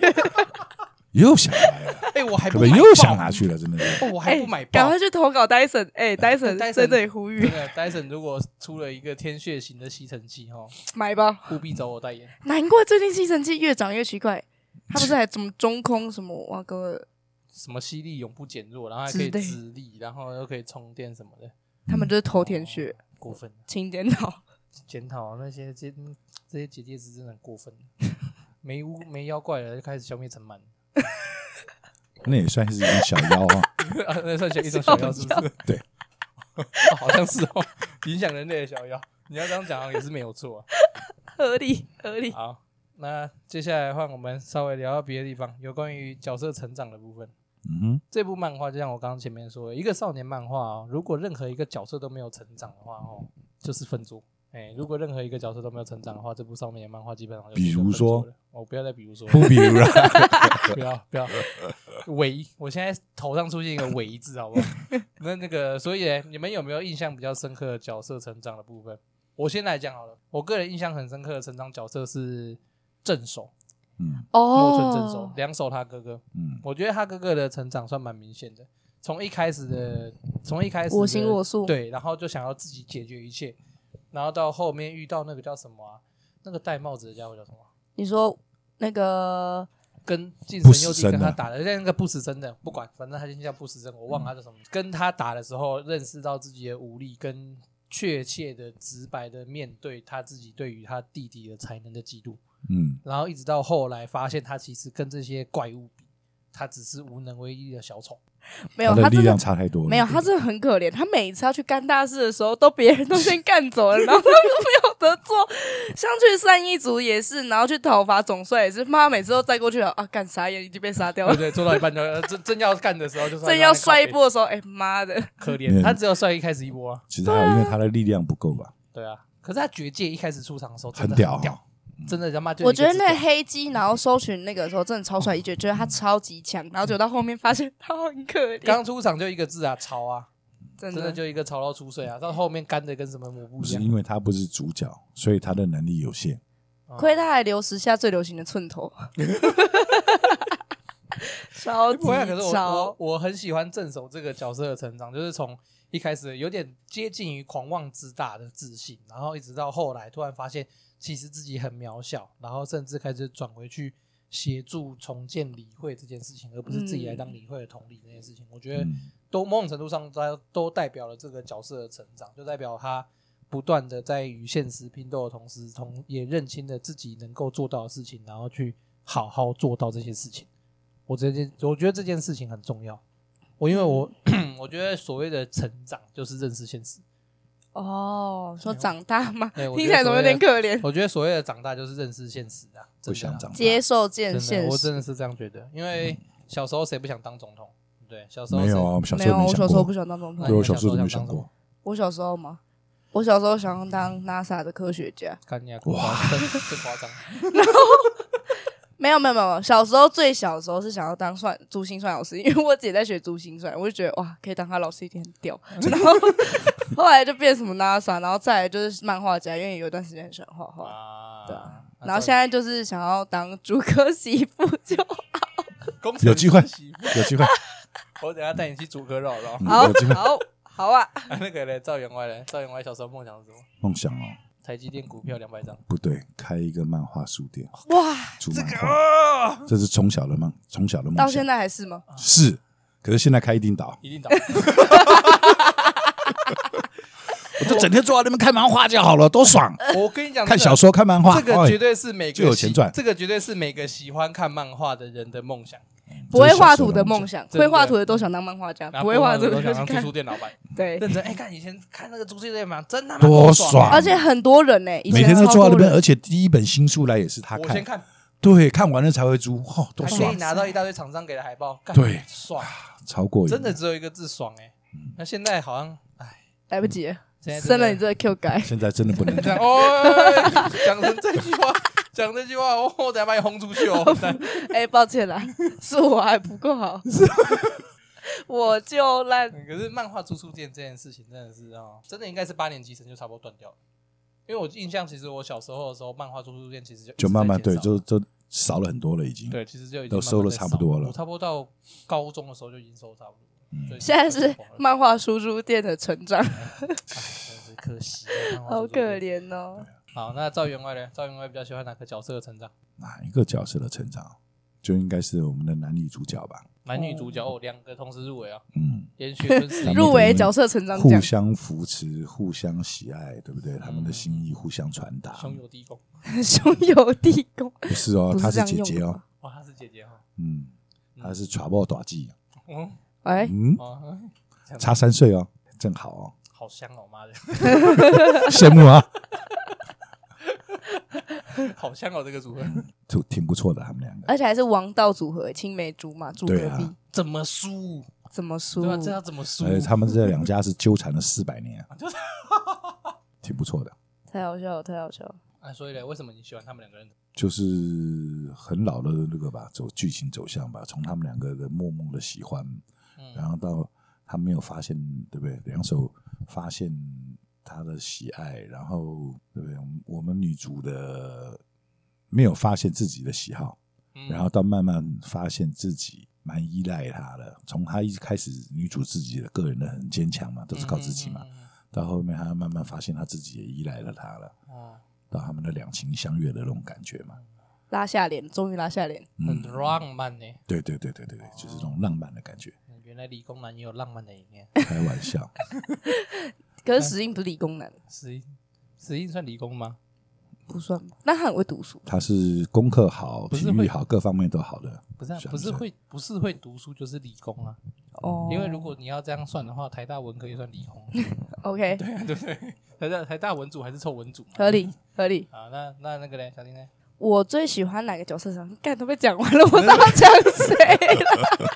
C: 又想来了，
B: 哎，我还
C: 对
B: 不
C: 吧？
B: 买爆
C: 又想拿去了，真的是。
B: 哦我还不买
A: 哎赶
B: 爆
A: 快。去投稿戴森！ 哎，戴森在
B: 戴
A: 这
B: 森
A: 里呼
B: 那
A: 吁
B: 个戴森如果出了一个天血型的吸尘器哦，
A: 买吧。
B: 务必找我代言。
A: 难怪最近吸尘器越长越奇怪，它不是还怎么中空什么哇哥，
B: 什么吸力永不减弱，然后还可以
A: 之类
B: 直立，然后又可以充电什么的。
C: 嗯
B: 哦
A: 他们就是偷舔血，
B: 过分了，
A: 请检讨。
B: 检讨啊那些这这些结界是真的很过分， 没巫没妖怪了就开始消灭城满，
C: 那也算是一种小妖啊。
B: 啊那 算小一种小妖是不 是？
C: 对
B: 哦好像是哦，影响人类的小妖，你要这样讲好像也是没有错啊。
A: 合理合
C: 啊
A: 理。
B: 好，那接下来换我们稍微聊到别的地方，有关于角色成长的部分。
C: 嗯哼，
B: 这部漫画就像我刚刚前面说的，一个少年漫画哦，如果任何一个角色都没有成长的话哦，就是分组。哎，如果任何一个角色都没有成长的话，这部少年漫画基本上就是
C: 比如
B: 分组
C: 说
B: 了，我、不要再比如说了，
C: 不比如啦，
B: 不要不要，尾，我现在头上出现一个尾字，好不好？那那个，所以呢你们有没有印象比较深刻的角色成长的部分？我先来讲好了，我个人印象很深刻的成长角色是正手，
C: 嗯
A: 哦
B: 莫村正手，两手他哥哥，
C: 嗯，
B: 我觉得他哥哥的成长算蛮明显的，从一开始的，从一开始的
A: 我行我素
B: 对，然后就想要自己解决一切，然后到后面遇到那个叫什么啊，那个戴帽子的家伙叫什么啊？
A: 你说那个
B: 跟近神
C: 不死
B: 佑地
C: 神
B: 跟他
C: 的
B: 打的，像那个不死真的，不管，反正他就叫不死真，我忘了他叫什么。跟他打的时候，认识到自己的无力，跟确切的、直白的面对他自己对于他弟弟的才能的嫉妒。
C: 嗯
B: 然后一直到后来发现，他其实跟这些怪物比，他只是无能为力的小 丑。
A: 没有
C: 他的力
A: 真
C: 量
A: 的
C: 差太多了。
A: 没有，他真的很可怜。他每一次要去干大事的时候，都别人都先干走了，然后他都没有得 做。像去善一族也是，然后去讨伐总帅也是，妈每次都再过去了啊，干傻眼已经被杀掉
B: 对
A: 了。
B: 对，做到一半就呃正正要干的时候，就
A: 正要摔一，波的时候，哎、妈的，
B: 可
C: 嗯
B: 怜他只有摔一开始一波、啊，
C: 其实还有，因为他的力量不够吧，
B: 对啊。可是他绝界一开始出场的时候真
C: 很
B: 的
C: 屌
B: 屌，嗯
C: 哈。
B: 真的他妈就
A: 我
B: 一个
A: 觉得
B: 字
A: 那
B: 屌
A: 黑鸡，然后搜寻那个时候真的超帅，一觉觉得他超级强，然后就到后面发现他很可怜，
B: 刚出场就一个字啊，潮啊，
A: 真
B: 真的
A: 的
B: 就一个潮到出水啊，到后面干的跟什么抹布
C: 不
B: 一
C: 是
B: 样。
C: 因为他不是主角，所以他的能力有限。
B: 嗯
A: 亏他还留时下最流行的 寸头， 超级
B: 不会啊，可是我我
A: 超
B: 我很喜欢正手这个角色的成长，就是从一开始有点接近于狂妄自大的自信，然后一直到后来突然发现其实自己很渺小，然后甚至开始转回去协助重建理会这件事情，而不是自己来当理会的统领这件事情。我觉得
C: 嗯
B: 都某种程度上都都代表了这个角色的成长，就代表他不断的在与现实拼斗的同时，同也认清了自己能够做到的事情，然后去好好做到这些事情。我这件，我觉得这件事情很重要。我因为我
C: 嗯
B: 我觉得所谓的成长就是认识现实，
A: 哦，说长大吗？
B: 对啊哎我
A: 听
B: 觉
A: 起
B: 得
A: 来怎么有点 可怜？
B: 我觉得所谓的长大就是认识现实啊，
C: 不
B: 真的啊
C: 想长大，嗯
A: 接受
B: 真
A: 见
B: 的，
A: 现
B: 我
A: 实
B: 真。的是这样觉得。因为小时候谁不想当总统？对，小时候
C: 没有
B: 谁
C: 啊，我们小
A: 没
C: 时
A: 有，
C: 候没
A: 我小
C: 想
A: 时候不
C: 过，
A: 想当总
B: 那
A: 统
C: 对
B: 你。
C: 我
B: 们
C: 小时候都没
B: 小时候想
C: 想
B: 当
C: 过。
A: 我小时候吗？我小时候想当 NASA 的科学家。
B: 看你啊，
C: 哇
B: 哇，真真夸张。
A: 没有没有没有没有，小时候最小的时候是想要当算珠心算老师，因为我姐在学珠心算，我就觉得哇，可以当她老师一定很 屌。然后后来就变什么 NASA，然后再来就是漫画家，因为有一段时间很喜欢画画。
B: 啊，
A: 对
B: 啊
A: 然后现在就是想要当主科媳 妇，就
B: 工
C: 有机会有机会，
B: 我等下带你去煮可绕绕。
C: 嗯
A: 好
C: 有机会
A: 好好啊！
B: 啊 那个嘞，赵员外嘞，赵员外小时候梦想是什么？
C: 梦想哦，
B: 台积电股票两百张。
C: 不对，开一个漫画书店，
A: 哇，
C: 出漫画，这是从小的梦，从小的梦
A: 到
C: 想。
A: 现在还是吗？
C: 是，可是现在开一定倒，
B: 一 定倒，
C: 我就整天坐在那边看漫画就好了，多爽！
B: 我跟你讲，
C: 看
B: 呃这个
C: 小说、看漫画，
B: 这个
C: 哎
B: 绝对是每个
C: 就有
B: 喜
C: 钱赚
B: 这个绝对是每个喜欢看漫画的人的梦想。
A: 不会画图的梦
C: 这是小时候
A: 想，
B: 真的
A: 会画图的都想当漫画家，
B: 然后
A: 不会画图
B: 的
A: 的
B: 都想
A: 就
B: 当租
A: 去看
B: 书。店老 板，
A: 对，
B: 认真哎，看以前看那个租书店嘛，真他妈
C: 多
B: 爽啊！
C: 爽
A: 而且很多人呢，以前
C: 哎每天都
A: 超
C: 坐在那
A: 多
C: 边，
A: 人
C: 而且第一本新书来也是他
B: 我先
C: 看，
B: 看，
C: 对，看完了才会租，哦，多
B: 还可以
C: 爽，
B: 拿到一大堆厂商给的海报，干
C: 对
B: 爽，
C: 超过瘾，
B: 真的。只有一个字爽哎。那现在好像，哎，
A: 来不及了，
B: 现在真
A: 生
B: 的
A: 了你这个 Q 改，
C: 现在真的不能
B: 讲哦，讲成这句话，讲这句话，我我等下把你轰出去哦！
A: 哎，抱 歉啦，是我还不够 好，我就烂。
B: 可是漫画租书店这件事情真的是哦，真的应该是八年级生就差不多断掉了，因为我印象其实我小时候的时候，漫画租书店其实就一直
C: 就
B: 在
C: 慢慢
B: 减
C: 对，
B: 少
C: 就就少了很多了，已经。
B: 对，其实就已经
C: 都
B: 慢慢
C: 收了
B: 在
C: 差不
B: 少
C: 多了
B: 我差不多到高中的时候就已经收差不多了。所以
A: 现在
B: 就是黄了
A: 漫画输出店的成长，
B: 哎真的是可惜了，漫画租
A: 好
B: 书
A: 可
B: 店。
A: 怜哦。
B: 好，那赵员外呢？赵员外比较喜欢哪个角色的成长？
C: 哪一个角色的成长，就应该是我们的男女主角吧？
B: 男女主角哦，两个同时入围啊，
C: 嗯，
B: 连续分四
C: 咱们
A: 入围角色成长
C: 互
A: 奖，
C: 相扶持，互相喜爱，对不对？他们的心意互相传达，
B: 兄友弟恭。
A: 兄友弟 恭，
C: 不是哦，
A: 不
C: 她
A: 是这样
C: 是姐
A: 用
C: 姐
A: 的
C: 哦
A: 吧，。
B: 哇，她是姐姐哈，
C: 嗯，她是 trouble 短记，
B: 嗯，
A: 哎，
C: 啊嗯，
B: 哦，这样
C: 差三岁哦，正好哦，
B: 好香哦，妈的，
C: 羡慕啊，
B: 好香哦，这个组合
C: 就挺不错的，他们两个。
A: 而且还是王道组合，青梅竹马住
C: 对
A: 隔
C: 啊
A: 壁，
B: 怎么输？
A: 怎么输
B: 对？啊吧？这要怎么输？
C: 呃，他们这两家是纠缠了四百年，啊
A: 啊
C: 挺不错的，
A: 太好笑了，太好笑了。
B: 啊，所以呢，为什么你喜欢他们两个人？
C: 就是很老的那个吧，走剧情走向吧，从他们两个的默默的喜欢，然
B: 嗯，
C: 后到他没有发现，对不对？两手发现他的喜爱，然后对不对？我们我们女主的没有发现自己的喜好，
B: 嗯
C: 然后到慢慢发现自己蛮依赖他的。从她一开始，女主自己的个人的很坚强嘛，都是靠自己嘛。
B: 嗯。嗯嗯
C: 到后面，她慢慢发现她自己也依赖了他了，
B: 嗯哦，
C: 到他们的两情相悦的那种感觉嘛。
A: 拉下脸，终于拉下脸，
B: 很
C: 嗯，
B: 浪漫呢。
C: 对对对对对对，就是那种浪漫的感觉。
B: 原来理工男也有浪漫的一面。
C: 开玩笑，
A: 可
B: 嗯
A: 是石英不是理工男，
B: 石英，石英算理工吗？
A: 不算吧？那他很会读书，
C: 他是功课好、
B: 不
C: 体
B: 是
C: 育
B: 会
C: 好，各方面都好的。
B: 不是、啊
C: 是，啊
B: 不
C: 是
B: 是
C: 啊
B: 会，不是会读书就是理工啊。
A: 哦，
B: 因为如果你要这样算的话，台大文科也算理工，
A: OK
B: 对啊，对不对？台大台大文组还是臭文组嘛？
A: 合理合理。
B: 啊，那那那个嘞，小丁呢？
A: 我最喜欢哪个角色上？干都被讲完了，我知道讲谁了。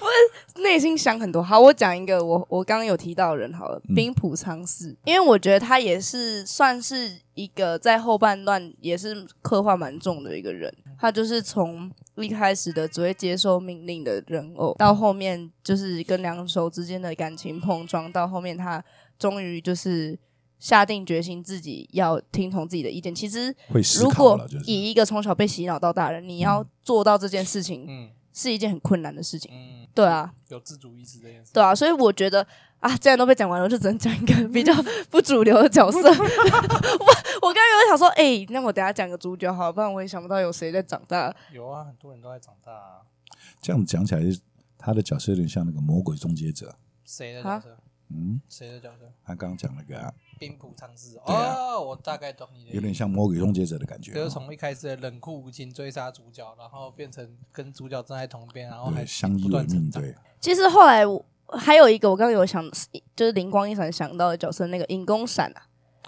A: 我内心想很多。好，我讲一个我我刚刚有提到的人好了，
C: 嗯
A: 冰浦昌士，因为我觉得他也是算是一个在后半段也是刻画蛮重的一个人。他就是从一开始的只会接受命令的人偶，到后面就是跟两手之间的感情碰撞，到后面他终于就是下定决心自己要听从自己的意见。其实
C: 会思
A: 如
C: 考
A: 果
C: 了，就是
A: 以一个从小被洗脑到大的人，你要做到这件事情，
B: 嗯
A: 是一件很困难的事情。
B: 嗯，
A: 对啊，
B: 有自主意识这件事。
A: 对啊，所以我觉得啊，既然都被讲完了，我就只能讲一个比较不主流的角色。我 我刚刚有想说，哎、那我等一下讲个主角好了，不然我也想不到有谁在长大。
B: 有啊，很多人都在长大、啊。
C: 这样讲起来，他的角色有点像那个魔鬼终结者。
B: 谁的角色？
C: 嗯，
B: 谁的角色？
C: 他刚刚讲那个、啊，
B: 冰浦昌士。
C: 对啊
B: 哦，我大概懂你的。
C: 有点。像魔鬼终结者的感觉
B: 就是
C: 哦，
B: 从一开始的冷酷无情追杀主角，然后变成跟主角站在同边，然后还
C: 对，相依
B: 不
C: 为
B: 断成
C: 命，
B: 长。
C: 对，
A: 其实后来我还有一个，我刚刚有想，就是灵光一闪想到的角色，那个银宫闪啊，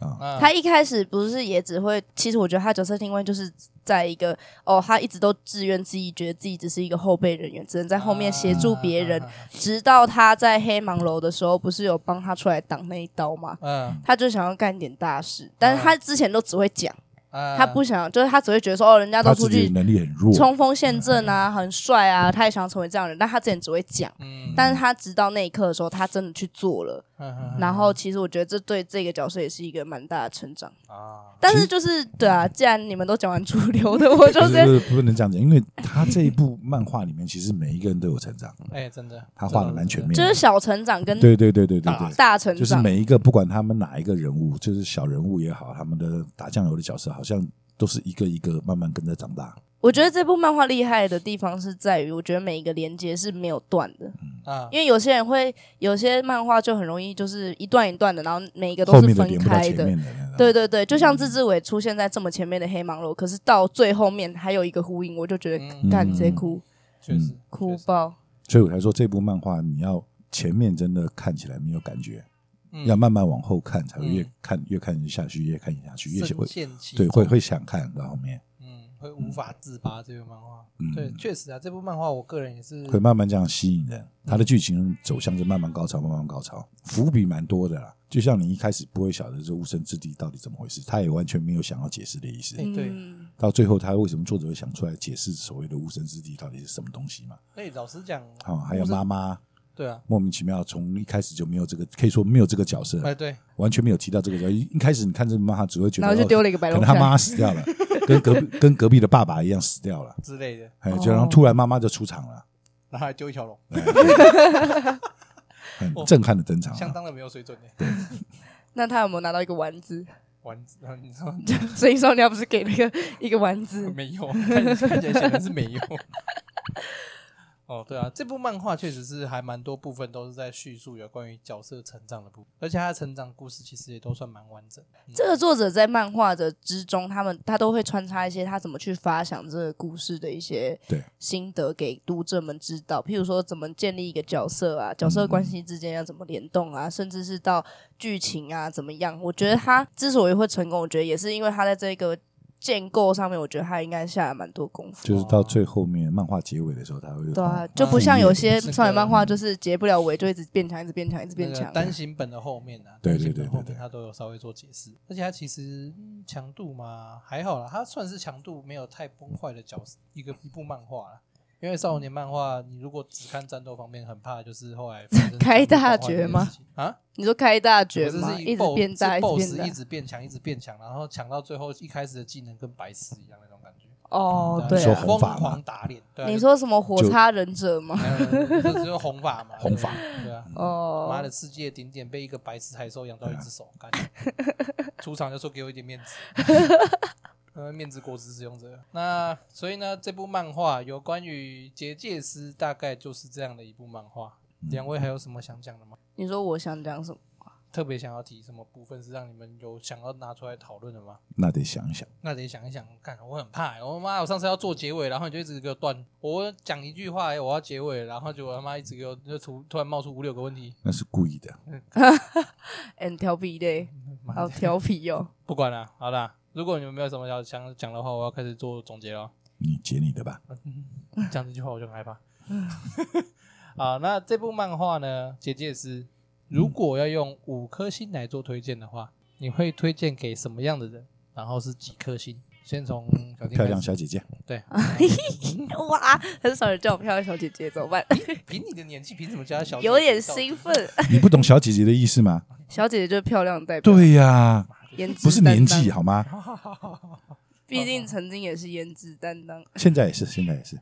C: 啊，
B: 嗯
A: 他一开始不是也只会，其实我觉得他角色定位就是在一个哦，他一直都自怨自艾，觉得自己只是一个后备人员，只能在后面协助别人。
B: 啊啊啊啊
A: 直到他在黑芒楼的时候，不是有帮他出来挡那一刀吗？
B: 嗯，
A: 他就想要干一点大事，但是他之前都只会讲，
B: 他
A: 他不想，就是他只会觉得说哦，人家
C: 他
A: 都
C: 自
A: 出
C: 己
A: 去
C: 的能力很弱，
A: 冲锋陷阵啊，很帅啊，他也想要成为这样的人，但他之前只会讲。
B: 嗯，
A: 但是他直到那一刻的时候，他真的去做了。
B: 嗯
A: 然后，其实我觉得这对这个角色也是一个蛮大的成长。
B: 啊，
A: 但是就是对
C: 嗯
A: 啊，既然你们都讲完主流的， 我就
C: 不
A: 是
C: 是不是不能这样讲，因为他这一部漫画里面，其实每一个人都有成 长，
B: 哎，真的，
C: 他画的蛮全面
A: 就是
C: 的，
A: 小成长跟
C: 对对对对对
B: 大
C: 对。
A: 大成
C: 就是
A: 长，
C: 每一个，不管他们哪一个人物，就是小人物也好，他们的打酱油的角色，好像都是一个一个慢慢跟着长大。
A: 我觉得这部漫画厉害的地方是在于，我觉得每一个连接是没有断的，
C: 嗯
B: 啊，
A: 因为有些人会有些漫画就很容易就是一段一段的，然后每一个
C: 后
A: 都是
C: 面的
A: 分
C: 连不到
A: 开
C: 前
A: 的。
C: 面的那种，
A: 对对对，就像自治伟出现在这么前面的黑芒楼，可是到最后面还有一个呼应，我就觉得
B: 嗯
A: 干直接哭
B: 确实
A: 哭，爆。
C: 所以我才说这部漫画你要前面真的看起来没有感觉，
B: 嗯
C: 要慢慢往后看才会越
B: 嗯
C: 看越看下去，越看下去越
B: 深
C: 会
B: 陷其
C: 对
B: 中
C: 会会想看到后面，
B: 嗯，会无法自拔这个漫画，
C: 嗯
B: 对，确实啊，这部漫画我个人也是
C: 会慢慢这样吸引人。它的剧情走向是慢慢高潮，慢慢高潮，伏笔蛮多的啦。就像你一开始不会晓得这无声之地到底怎么回事，他也完全没有想要解释的意思。
B: 嗯对
A: 嗯，
C: 到最后，他为什么作者会想出来解释所谓的无声之地到底是什么东西嘛？
B: 哎，老实讲，
C: 啊、还有妈妈
B: 对啊，
C: 莫名其妙从一开始就没有这个，可以说没有这个角色。
B: 哎对，
C: 完全没有提到这个角色。一一开始你看这漫画，只会觉得
A: 然后就
C: 哦
A: 丢了一个白
C: 可
A: 龙
C: 能他
A: 虾。
C: 妈死 掉了，跟隔壁跟隔壁的爸爸一样死掉了，
B: 之类的，
C: 哎，
A: 哦
C: 就然后突然妈妈就出场了，哎
B: 然后还丢一条龙，
C: 很
B: 哦
C: 震撼的登场啊，
B: 相当的没有水准的
A: 那他有没有拿到一个丸子？
B: 丸子， 然后你说
A: 所以说你要不是 给了一个一个丸子，
B: 没有，看看起来显然是没有。 哦，对啊，这部漫画确实是还蛮多部分都是在叙述有关于角色成长的部分，而且他的成长故事其实也都算蛮完整的。嗯
A: 这个作者在漫画的之中，他们他都会穿插一些他怎么去发想这个故事的一些
C: 对
A: 心得给读者们知道，譬如说怎么建立一个角色啊，角
C: 嗯
A: 色关系之间要怎么联动啊，甚至是到剧情啊怎么样。我觉得他之所以会成功，我觉得也是因为他在这个建构上面，我觉得他应该下了蛮多功夫。
C: 就是到最后面漫画结尾的时候，他会哦哎
A: 对啊
C: 放，
A: 就不像有些
B: 这个
A: 少女漫画，就是结不了尾，就一直变强，一直变强，一直
B: 那
A: 变
B: 个
A: 强。
B: 单行本的后面啊，
C: 对
B: 单行
C: 对对
B: 本后
C: 对
B: 面
C: 对
B: 他都有稍微做解释，而且他其实嗯强度嘛还好啦，他算是强度没有太崩坏的角色一个一部漫画啦。因为少年漫画，你如果只看战斗方面，很怕就是后来发生
A: 开大
B: 强度崩坏
A: 绝
B: 这件
A: 吗
B: 事情？啊，
A: 你说开大绝
B: 我这
A: 嘛，
B: 是
A: 一直
B: BOSS-
A: 变大，
B: 是
A: 一直
B: BOSS 一
A: 变大。
B: 直变强，一直变强，然后强到最后一开始的技能跟白痴一样那种感觉。
A: 哦，
B: 对
A: 对
B: 啊
C: 说
A: 啊。
C: 红
B: 疯
C: 发嘛
B: 狂打脸。对啊
A: 你说什么火
C: 就
A: 叉忍者吗？
B: 没有，这只有红发嘛，
C: 红发
B: 对啊。
A: 哦，
B: 妈的，世界顶点被一个白痴海兽养到一只手， 干出场就说给我一点面子，呃，面子果实使用者。那所以呢，这部漫画有关于结界师，大概就是这样的一部漫画。
C: 嗯
B: 两位还有什么想讲的吗？
A: 你说我想讲什么？
B: 特别想要提什么部分是让你们有想要拿出来讨论的吗？
C: 那得想一想，
B: 那得想一想，看我很怕欸、我妈，我上次要做结尾，然后你就一直给我断，我讲一句话、欸，我要结尾，然后结果他妈一直给我就突突然冒出五六个问题，
C: 那是故意的。
A: 嗯，你调皮嘞，
B: 妈的
A: 好调皮哦。
B: 不管了，好啦，如果你们没有什么要想讲的话，我要开始做总结了。
C: 你解你的吧，
B: 讲这句话我就很害怕。 好，那这部漫画呢，《结界师》，如果要用五颗星来做推荐的话，你会推荐给什么样的人？然后是几颗星？先从小丁
C: 漂亮
B: 开始。
C: 小姐姐，
B: 对，
A: 啊哇，很少人叫我漂亮小姐姐，怎么办？
B: 凭你的年纪，凭什么叫她小？
A: 有点。兴奋。
C: 你不懂小姐姐的意思吗？
A: 小姐姐就是漂亮的代表，，
C: 对呀、
A: 颜值
C: 不是
A: 担
C: 年
A: 当
C: 纪，啊好吗？
A: 毕竟曾经也是颜值担当。
C: 现在也是，现在也是，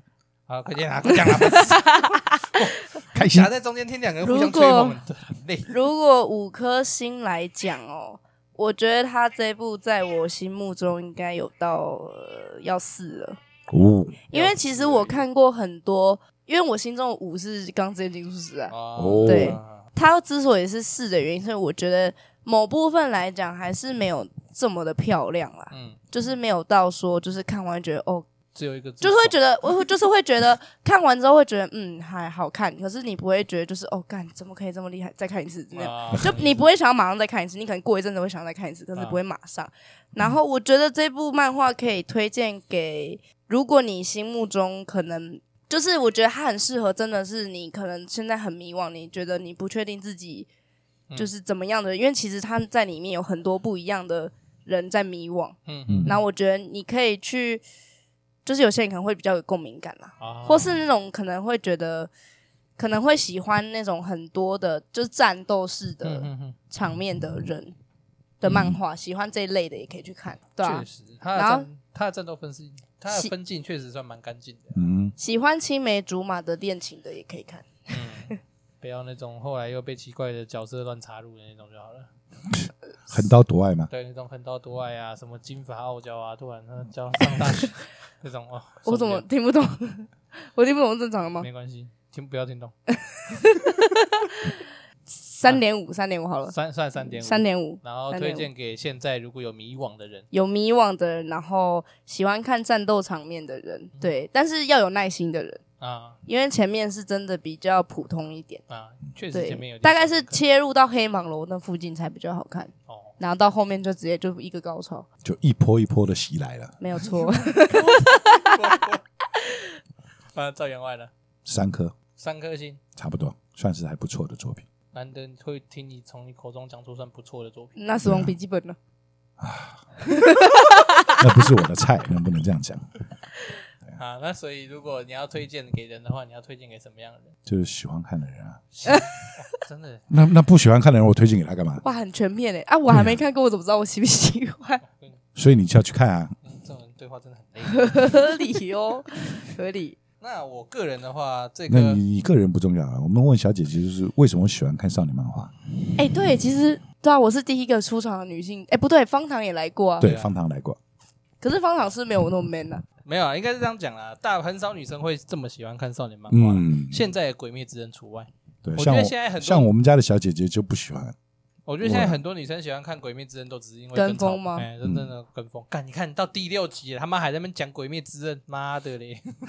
B: 好，快点啦，快讲啦！白 痴
C: 开心
B: 夹在中间听两个人互相吹捧，很累。
A: 如果五颗星来讲哦，我觉得他这部在我心目中应该有到、呃、要四了。
C: 哦
A: 因为其实我看过很多，因为我心中的五是钢之炼金术师啊，
B: 哦
A: 对它之所以是四的原因，所以我觉得某部分来讲还是没有这么的漂亮啦，
B: 嗯，
A: 就是没有到说就是看完觉得哦，
B: 只有一个字，
A: 就是会觉得我就是会觉得看完之后会觉得嗯还好看，可是你不会觉得就是哦干怎么可以这么厉害，再看一次那样。
B: 啊
A: 就 你不会想要马上再看一次，你可能过一阵子会想要再看一次，可是不会马上。然后我觉得这部漫画可以推荐给，如果你心目中可能就是我觉得它很适合，真的是你可能现在很迷惘，你觉得你不确定自己
B: 嗯
A: 就是怎么样的人，因为其实他在里面有很多不一样的人在迷惘。
B: 嗯
C: 嗯
A: 然后我觉得你可以去，就是有些人可能会比较有共鸣感啦，
B: 啊
A: 或是那种可能会觉得。可能会喜欢那种很多的，就是战斗式的
B: 嗯嗯嗯
A: 场面的人的漫画，喜欢这一类的也可以去看，对啊
B: 确。实，他的
A: 然后
B: 战他的战斗分是他的
A: 喜
B: 分镜确实算蛮干净的，
C: 嗯，
A: 喜欢青梅竹马的恋情的也可以看，
B: 不要那种后来又被奇怪的角色乱插入的那种就好了。
C: 横刀夺爱嘛，
B: 对，那种横刀夺爱
A: 嗯
B: 啊，什么金发傲娇啊，突然他教上大学那种哦，
A: 我怎么听不懂？ 我听不懂是正常的
B: 受不了
A: 吗？
B: 没关系，听不要听懂，
A: 三点五，三点五好了，
B: 三算三点五，
A: 三点五。
B: 然后推荐给现在如果有迷惘的人，
A: 有迷惘的人，然后喜欢看战斗场面的
B: 嗯
A: 人，对，但是要有耐心的人，
B: 啊
A: 因为前面是真的比较普通一点，
B: 啊，确实前面有点
A: 对，大概是
B: 小坑
A: 切入到黑芒楼那附近才比较好看，
B: 哦，
A: 然后到后面就直接就一个高潮，
C: 就一波一波的袭来了，
A: 没 有错。
B: 啊，赵员外呢，
C: 三颗
B: 三颗星，
C: 差不多，算是还不错的作品。
B: 难得会听你从你口中讲出算不错的作品，
A: 那《死亡笔记本》呢？
C: 那不是我的菜，能不能这样讲？
B: 啊，那所以如果你要推荐给人的话，你要推荐给什么样的 人？
C: 就是喜欢看的人啊，
B: 真的
C: 那那不喜欢看的人，我推荐给他干嘛？
A: 哇，很全面诶！啊，我还没看过，我怎么知道我喜不喜 欢？
C: 所以你就要去看啊。
B: 嗯这种人对话真的很 累。
A: 合理哦，合理。
B: 那我个人的话，这
C: 那
B: 个
C: 你你个人不重要啊。我们问小姐姐就是为什么喜欢看少女漫画？
A: 哎、对，其实对啊，我是第一个出场的女性。哎、不对，方糖也来过啊。
C: 对，
B: 对啊
C: 方糖来过，
A: 可是方糖是没有我那么 man 啊。
B: 没有啊，应该是这样讲啦。大很少女生会这么喜欢看少年漫画，
C: 嗯，
B: 现在的《鬼灭之刃》除外。
C: 对，
B: 我
C: 像
B: 觉得
C: 我
B: 现在很多
C: 像我们家的小姐姐就不喜欢，
B: 我觉得现在很多女生喜欢看《鬼灭之刃》，都只是因为
A: 跟
B: 跟潮
A: 风吗
B: 哎，真正的跟风。干，你看到第六集了，他妈还在那边讲《鬼灭之刃》，妈的嘞，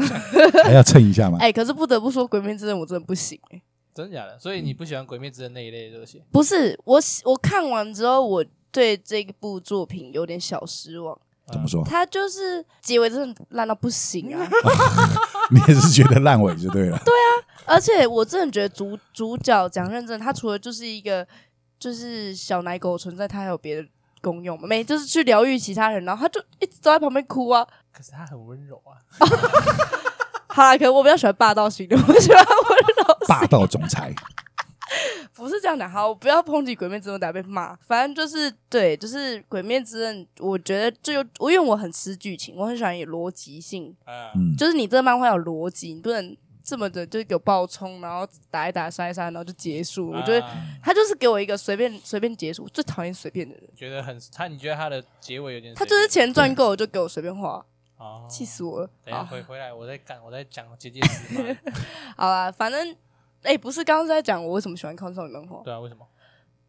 C: 还要蹭一下嘛。
A: 哎、可是不得不说，《鬼灭之刃》我真的不行、欸
B: 真的假的？所以你不喜欢《鬼灭之刃》那一类的东西？
A: 不是我喜，我看完之后，我对这部作品有点小失望。
C: 怎么说？
A: 它就是结尾真的烂到不行啊！
C: 你也是觉得烂尾就 对了。
A: 而且我真的觉得主主角讲认真，他除了就是一个就是小奶狗存在，他还有别的功用吗？没，就是去疗愈其他人，然后他就一直都在旁边哭啊。
B: 可是他很温柔啊，
A: 好啦，可能我比较喜欢霸道型的，我喜欢温柔
C: 霸道总裁，
A: 不是这样的，好，不要抨击《鬼灭之刃》，等下被骂。反正就是对，就是《鬼灭之刃》，我觉得就有我因为我很吃剧情，我很喜欢有逻辑性，
B: 嗯，
C: 嗯，
A: 就是你这个漫画有逻辑，你不能这么的就有爆冲，然后打一打杀一杀，然后就结束。我觉得
B: 啊
A: 他就是给我一个随便随便结束，我最讨厌随便的人。
B: 觉得很他，你觉得他的结尾有点随便，
A: 他就是钱赚够了就给我随便花，
B: 哦
A: 气死我了。啊
B: 等一下
A: 好，
B: 回回来，我再干，我再讲结界师 嘛。
A: 好啦，反正哎、不是刚刚是在讲我为什么喜欢看少女漫画，
B: 对啊，为什么？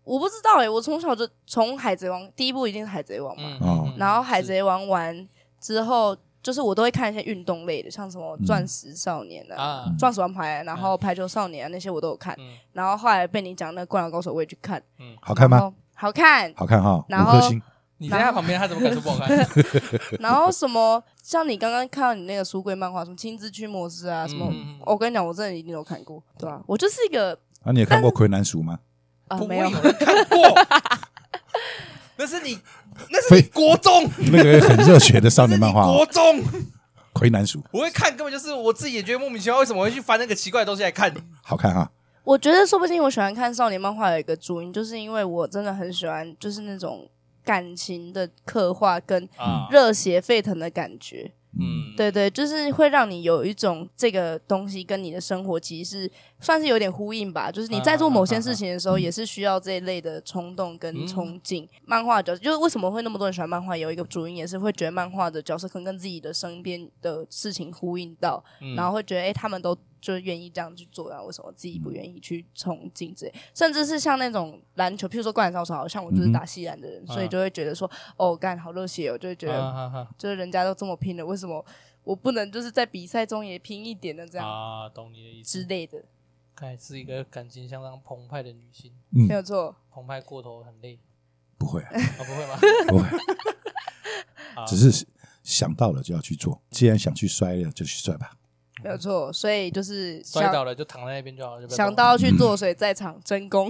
A: 我不知道哎、我从小就从《海贼王》第一部一定是《海贼王》嘛，
B: 嗯，
C: 哦
B: 嗯
A: 然后《海
B: 是
A: 贼王》完之后，就是我都会看一些运动类的，像什么《钻石少年》啊、
B: 啊，
A: 钻石王牌》，然后《排球少年》啊那些我都有看。
B: 嗯
A: 然后后来被你讲那《灌篮高手》，我也去看，
B: 嗯，
C: 好看吗？
A: 哦好看。
C: 好看哈，
A: 然
C: 五
A: 后
C: 颗星。
B: 你在他旁边，他怎么敢说不好看？
A: 然后什么，像你刚刚看到你那个书柜漫画，什么《青之驱魔师》啊，什么，
B: 嗯嗯嗯
A: 我跟你讲，我真的一定有看过，对啊，我就是一个
C: 啊，你有看过《魁南鼠》吗？
A: 啊、
B: 不会
A: 没有
B: 有人看 过。那是你，那是你国中
C: 那个很热血的少年漫画
B: 那是你
C: 哦，
B: 国中
C: 《魁南鼠》
B: 我会看，根本就是我自己也觉得莫名其妙，为什么会去翻那个奇怪的东西来看？
C: 好看啊哈。
A: 我觉得说不定我喜欢看少年漫画有一个主因，就是因为我真的很喜欢，就是那种感情的刻画跟
B: 啊，
A: 热血沸腾的感觉。
C: 嗯，
A: 对对，就是会让你有一种这个东西跟你的生活其实是算是有点呼应吧。就是你在做某些事情的
C: 嗯
A: 时候，也是需要这一类的冲动跟憧憬。漫画角色就是为什么会那么多人喜欢漫画，有一个主因也是会觉得漫画的角色可能跟自己的身边的事情呼应到，
C: 嗯
A: 然后会觉得哎、诶他们都就愿意这样去做，然后为什么自
C: 嗯
A: 己不愿意去憧憬之类？甚至是像那种篮球，譬如说灌篮高手，好像我就是
C: 嗯哼
A: 打西篮的人，所以
B: 啊
A: 就会觉得说哦，干好热血、哦，就会觉得
B: 啊
A: 就是人家都这么拼了，为什么我不能就是在比赛中也拼一点呢？这样、
B: 啊，懂你的意
A: 之
B: 思。
A: 类的，
B: 看是一个感情相当澎湃的女性，
A: 没有错。
B: 澎湃过头很 累
C: 不会，
B: 啊，不会吗？
C: 不会，啊只是想到了就要去做。既然想去摔了，就去摔吧。
A: 没有错，所以就是
B: 摔
A: 想
B: 倒了就躺在那边就好了，就不要
A: 想
B: 动了
A: 到要去做，所以在场 真功，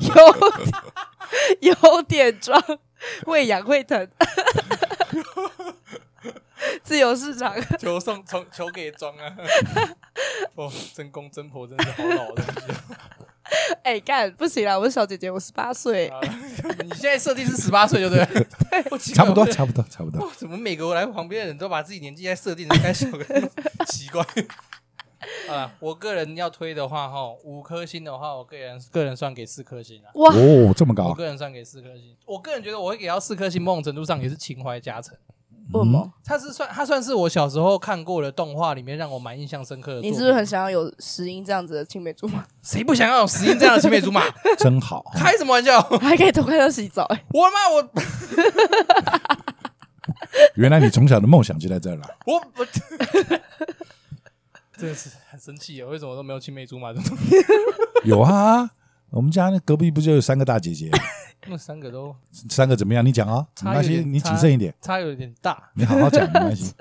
A: 有有点装，会痒会疼，自由市 场。
B: 球送从球给装 啊！哦，真公真婆真是好老的东西
A: 哎、干不行啦，我是小姐姐，我十八岁，
B: 啊！你现在设定是十八岁，对不对？对，我奇怪
C: 差不多，
B: 我
C: 差不多，差不多。
B: 哇怎么每个我来旁边的人都把自己年纪在设定的太小 了？奇怪。 啊，我个人要推的话，哈，五颗星的话，我个人个人算给四颗星啊。
A: 哇，
C: 哦，这么
B: 我
C: 高，
B: 个人算给四颗星，我个人觉得我会给到四颗星，某种程度上也是情怀加成。
A: 为什么？
B: 它是算它算是我小时候看过的动画里面让我蛮印象深刻的作
A: 你
B: 品。
A: 是不是很想要有石英这样子的青梅竹马，
B: 谁不想要有石英这样的青梅竹马？
C: 真好。
B: 开什么玩笑？
A: 还可以偷看到洗澡、哎，
B: 我妈我
C: 原来你从小的梦想就在这儿了。
B: 我我， 真的是很生气耶！为什么都没有青梅竹马这种？
C: 有啊，我们家那隔壁不就有三个大姐 姐？
B: 那三个都
C: 三个怎么样？你讲啊，
B: 差
C: 没
B: 有
C: 关系，
B: 点，
C: 你谨慎一点，
B: 差有点大。
C: 你好好讲，没关系。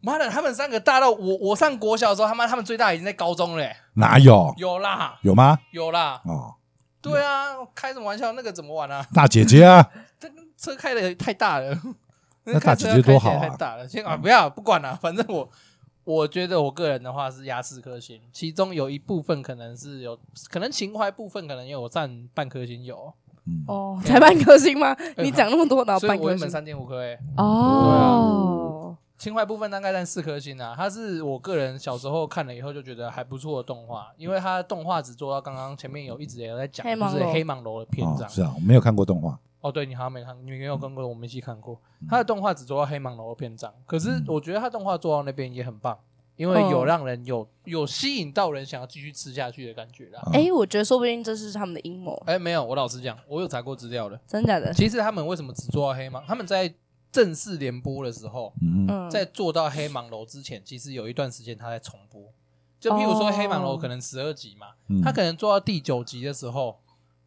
B: 妈的，他们三个大到我我上国小的时候，他妈他们最大已经在高中嘞。
C: 哪有？
B: 有啦，
C: 有吗？
B: 有啦，
C: 哦，
B: 对啊，开什么玩笑？那个怎么玩啊？
C: 大姐姐啊，
B: 这个车开的太大了，
C: 那
B: 开
C: 大
B: 车
C: 姐姐多好啊
B: 开起来太大了，先啊，不要不管了、反正我我觉得我个人的话是压四颗星，其中有一部分可能是有，可能情怀部分可能有占半颗星有，
C: 嗯，
A: 哦，才半颗星吗？
B: 哎
A: 你讲那么多，
C: 哦
A: 然后
B: 所
A: 半
B: 以我
A: 颗
B: 原本
A: 星
B: 三点五颗诶，
A: 哦，
B: 情怀部分大概占四颗星啊，它是我个人小时候看了以后就觉得还不错的动画，因为它动画只做到刚刚前面有一直也有在讲，
A: 黑
B: 就
A: 芒
B: 是
A: 楼
B: 黑芒楼的篇
C: 哦
B: 章，
C: 是啊，我没有看过动画，
B: 哦哦，对你好像没看，你没有跟过我们一起看过。他的动画只做到黑蟒楼的篇章，可是我觉得他动画做到那边也很棒，因为有
A: 哦
B: 让人有有吸引到人想要继续吃下去的感觉啦。
C: 啊
A: 哎、我觉得说不定这是他们的阴谋，
B: 哎、没有，我老实讲，我有查过资料的。
A: 真假的？
B: 其实他们为什么只做到黑蟒？他们在正式联播的时候，
C: 嗯哼
A: 嗯，
B: 在做到黑蟒楼之前，其实有一段时间他在重播。就譬如说
A: 哦
B: 黑蟒楼可能十二集嘛，
C: 嗯
B: 他可能做到第九集的时候，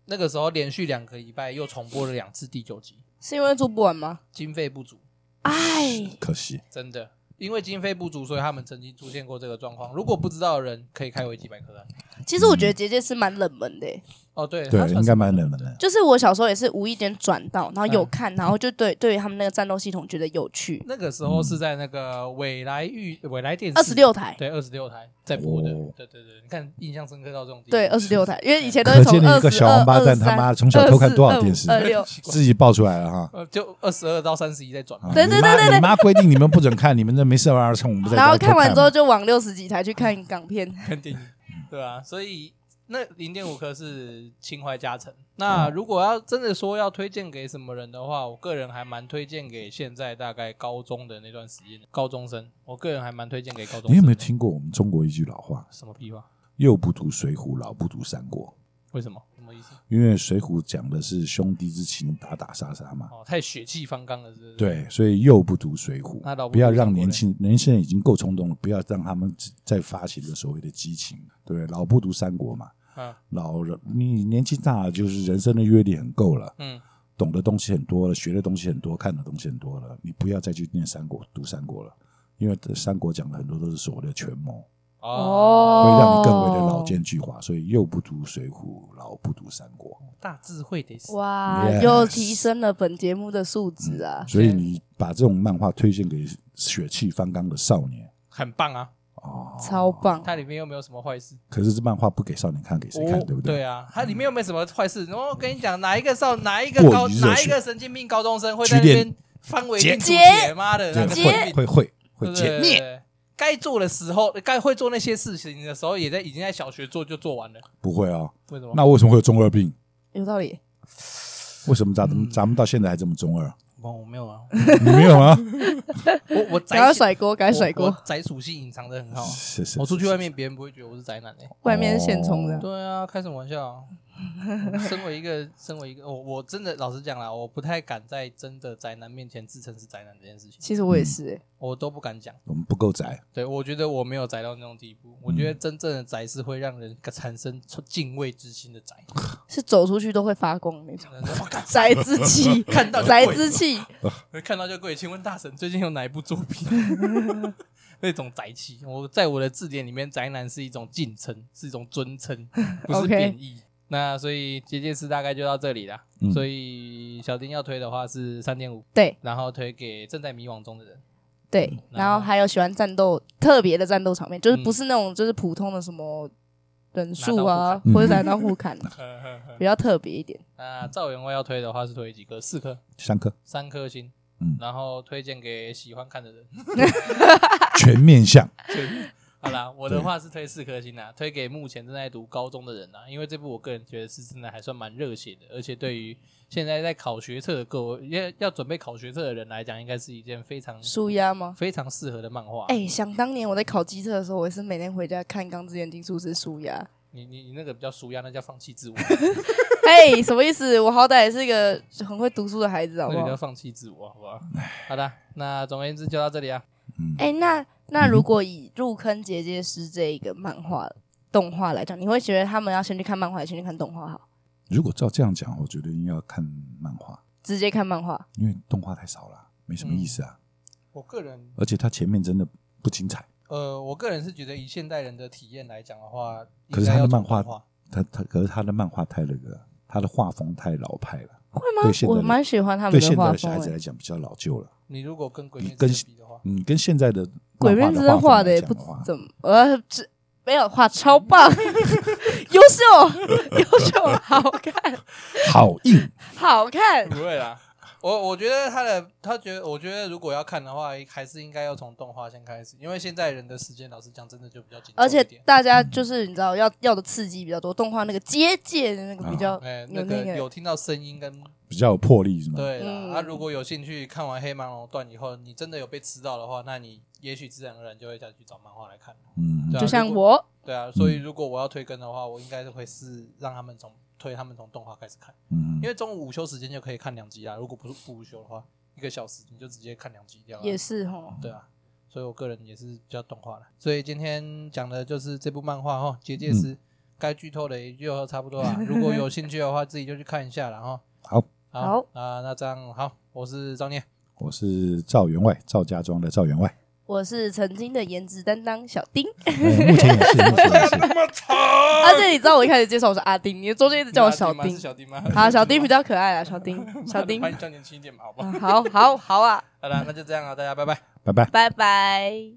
B: 那个时候连续两个礼拜又重播了两次第九集，
A: 是因为做不完吗？
B: 经费不足，
A: 哎，
C: 可惜，
B: 真的。因为经费不足，所以他们曾经出现过这个状况。如果不知道的人，可以开维基百科啊。
A: 其实我觉得结界是蛮冷门的、欸
B: 哦，对，它
C: 对，
B: 算是
C: 应该蛮冷门的。
A: 就是我小时候也是无意间转到，然后
B: 嗯
A: 有看，然后就对对于他们那个战斗系统觉得有趣。
B: 那个时候是在那个未来玉未来电视
A: 二十六台，
B: 对，二十六台在播的，
C: 哦
B: 对对对，你看印象深刻到这种地步。
A: 对，二十六台，因为以前都
C: 可
A: 是
C: 见
A: 从
C: 你
A: 二十
C: 一个小王八蛋，他妈从小偷看多少电视
A: 二 六，
C: 自己爆出来了哈。
B: 呃，就二十二到三十一在转嘛
C: 啊。
A: 对
C: 你
A: 对
C: 妈
A: 对对对
C: 你妈规定你们不准看，你们这没事玩儿趁我们不在家
A: 然后
C: 偷
A: 看完之后
C: 嘛
A: 就往六十几台去看港片。
B: 看电影，
C: 嗯
B: 对啊，所以那零点五颗是情怀加成。那
C: 嗯
B: 如果要真的说要推荐给什么人的话，我个人还蛮推荐给现在大概高中的那段时间的高中生，我个人还蛮推荐给高中生。
C: 你有没有？听过我们中国一句老话
B: 什么屁话？
C: “幼不读水浒，老不读三国
B: 为什么？什么意思？”？
C: 因为水浒讲的是兄弟之情，打打杀杀嘛。
B: 哦，太血气方刚了，是不是？，
C: 对，所以幼不读水浒
B: 那老，不
C: 不要
B: 读
C: 让
B: 中国
C: 年
B: 嘞
C: 轻年轻人已经够冲动了，不要让他们再发起了所谓的激情。对，老不读三国嘛，
B: 嗯
C: 老人你年纪大了，就是人生的阅历很够了，
B: 嗯，
C: 懂的东西很多了，学的东西很多，看的东西很多了，你不要再去念三国读三国了，因为这三国讲的很多都是所谓的权谋，
A: 哦
C: 会让你更为的老奸巨猾。所以幼不读水浒，老不读三国。
B: 大智慧得死。
A: 哇
C: Yes
A: 又提升了本节目的素质啊！
C: 所以你把这种漫画推荐给血气方刚的少年
B: 很棒啊！
C: 哦，
A: 超棒！
B: 它里面又没有什么坏事，
C: 可是这漫画不给少年看，给谁看？
B: 哦
C: 对不
B: 对？
C: 对？
B: 啊，它里面又没什么坏事。然后我跟你讲，哪一个少哪一个
C: 过于
B: 高
C: 热血
B: 哪一个神经病高中生会在那
C: 局
B: 边
C: 恋
B: 翻围定主
A: 结
B: 解妈的，那个神
A: 结
B: 经病
C: 会会会
B: 对
C: 会
B: 不
C: 解
B: 对
C: 灭，。
B: 该做的时候，该会做那些事情的时候，也在已经在小学做就做完了。
C: 不会哦。
B: 为什么？
C: 那为什么会有中二病？
A: 有道理，
C: 为什么咱
B: 嗯
C: 们咱们到现在还这么中二？
B: 我我没有啊，
C: 你没 有啊？
B: 我我宅
A: 赶快
B: 性
A: 甩锅，赶快甩
B: 我我
A: 锅！
B: 宅属性隐藏的很好啊。
C: 是是，
B: 我出去
C: 是
B: 外面，别人不会觉得我是宅男诶。欸
A: 外面是现充的，
B: 对啊，开什么玩笑 啊、身为一个，身为一个，我我真的老实讲啦，我不太敢在真的宅男面前自称是宅男这件事情，
A: 其实我也是欸，
B: 我都不敢讲。
C: 我们不够宅，
B: 对，我觉得我没有宅到那种地步。我觉
C: 嗯
B: 得真正的宅是会让人产生敬畏之心的宅。
A: 是走出去都会发光那 种，
B: 真的是哇干
A: 宅之气，
B: 看到就
A: 宅
B: 跪
A: 之气，
B: 看到就跪。请问大神最近有哪一部作品？ 那种宅气，我在我的字典里面，宅男是一种敬称，是一种尊称，不是
A: OK
B: 贬义。那所以结界师大概就到这里啦。
C: 嗯
B: 所以小丁要推的话是三点五，
A: 对
B: 然后推给正在迷惘中的人。
A: 对。
B: 然
A: 然后
B: 后
A: 还有喜欢战斗特别的战斗场面，就是
B: 嗯
A: 不是那种就是普通的什么人数
B: 拿
A: 啊
B: 到，
A: 或者拿到互砍，比较特别一点。
B: 那赵员外要推的话是推几颗？四颗，
C: 上课
B: 三颗星。
C: 嗯
B: 然后推荐给喜欢看的人。
C: 全面向，
B: 好啦，我的话是推四颗星啦，推给目前正在读高中的人啦，因为这部我个人觉得是真的还算蛮热血的，而且对于现在在考学测的各位，要要准备考学测的人来讲，应该是一件非常
A: 舒压吗？
B: 非常适合的漫画。
A: 哎、想当年我在考机测的时候，我也是每天回家看《钢之炼金术师》舒压。
B: 你你你那个比较舒压，那叫放弃自我，
A: 嘿、什么意思？我好歹也是一个很会读书的孩子，好
B: 那
A: 不
B: 个
A: 好
B: 叫？放弃自我，好不好？好的，那总而言之就到这里啊。
C: 嗯，
A: 哎、那那如果以《入坑结界师》这一个漫画动画来讲，你会觉得他们要先去看漫画，还是先去看动画好？
C: 如果照这样讲，我觉得应该要看漫画，
A: 直接看漫画，
C: 因为动画太少了，没什么意思
A: 嗯
C: 啊。
B: 我个人
C: 而且它前面真的不精彩，
B: 呃，我个人是觉得以现代人的体验来讲的话，
C: 可是他
B: 应
C: 的
B: 该要
C: 漫画
B: 从动画
C: 它它可是它的漫画太那个，它的画风太老派了，
A: 会吗
C: 对现？在
A: 我
C: 的
A: 蛮喜欢他
C: 对
A: 们
C: 现
A: 的
C: 在
A: 画
C: 的小
A: 风、
C: 孩子
A: 欸。
C: 来讲比较老旧了。
B: 你如果跟鬼灭之
C: 跟
B: 刃比的话，
C: 嗯，跟现在的
A: 鬼灭
C: 漫画
A: 之
C: 的
A: 刃
C: 画
A: 画
C: 风
A: 的也
C: 来
A: 不
C: 讲的话，
A: 怎么，呃，这没有画超棒， 优 秀，优秀，好看，
C: 好硬，
A: 好看。
B: 不会啦，我我觉得他的他觉得，我觉得如果要看的话，还是应该要从动画先开始，因为现在人的时间，老实讲，真的就比较紧凑
A: 而且
B: 一点。
A: 大家就是你知道要要的刺激比较多，动画那个结界的那个比较
B: 哎，那
A: 有那
B: 个
A: 个
B: 有听到声音跟
C: 比较有魄力是吗？，
B: 对啦，
A: 嗯
B: 啊，如果有兴趣看完《黑盲龙段》以后，你真的有被吃到的话，那你也许自然而然就会再去找漫画来看。
C: 嗯
B: 对啊
A: 就像我，
B: 对啊，所以如果我要推更的话，我应该是会是让他们从推他们从动画开始看，
C: 嗯
B: 因，为中午午休时间就可以看两集啊啦。如果不是不午休的话，一个小时你就直接看两集掉了。
A: 也是哦，
B: 对啊，所以我个人也是比较动画的。所以今天讲的就是这部漫画哈，《结界师》该剧透的也就差不多啦。如果有兴趣的话，自己就去看一下啦哈。
C: 好，
B: 好
A: 好
B: 啊，那这样好，我是张念，
C: 我是赵员外，赵家庄的赵员外，
A: 我是曾经的颜值担当小 丁，
C: 哎目前也是，目前也是。
B: 么长，
A: 而且你知道我一开始介绍我是阿丁，你中间一直叫我小
B: 丁吗，
A: 丁
B: 是，小丁吗？
A: 好，小丁比较可爱啦，小丁，小丁，
B: 把你叫 年轻一点嘛，好不好？
A: 啊好好好啊，
B: 好啦，那就这样啊，大家拜拜。
C: 拜拜。
A: 拜拜。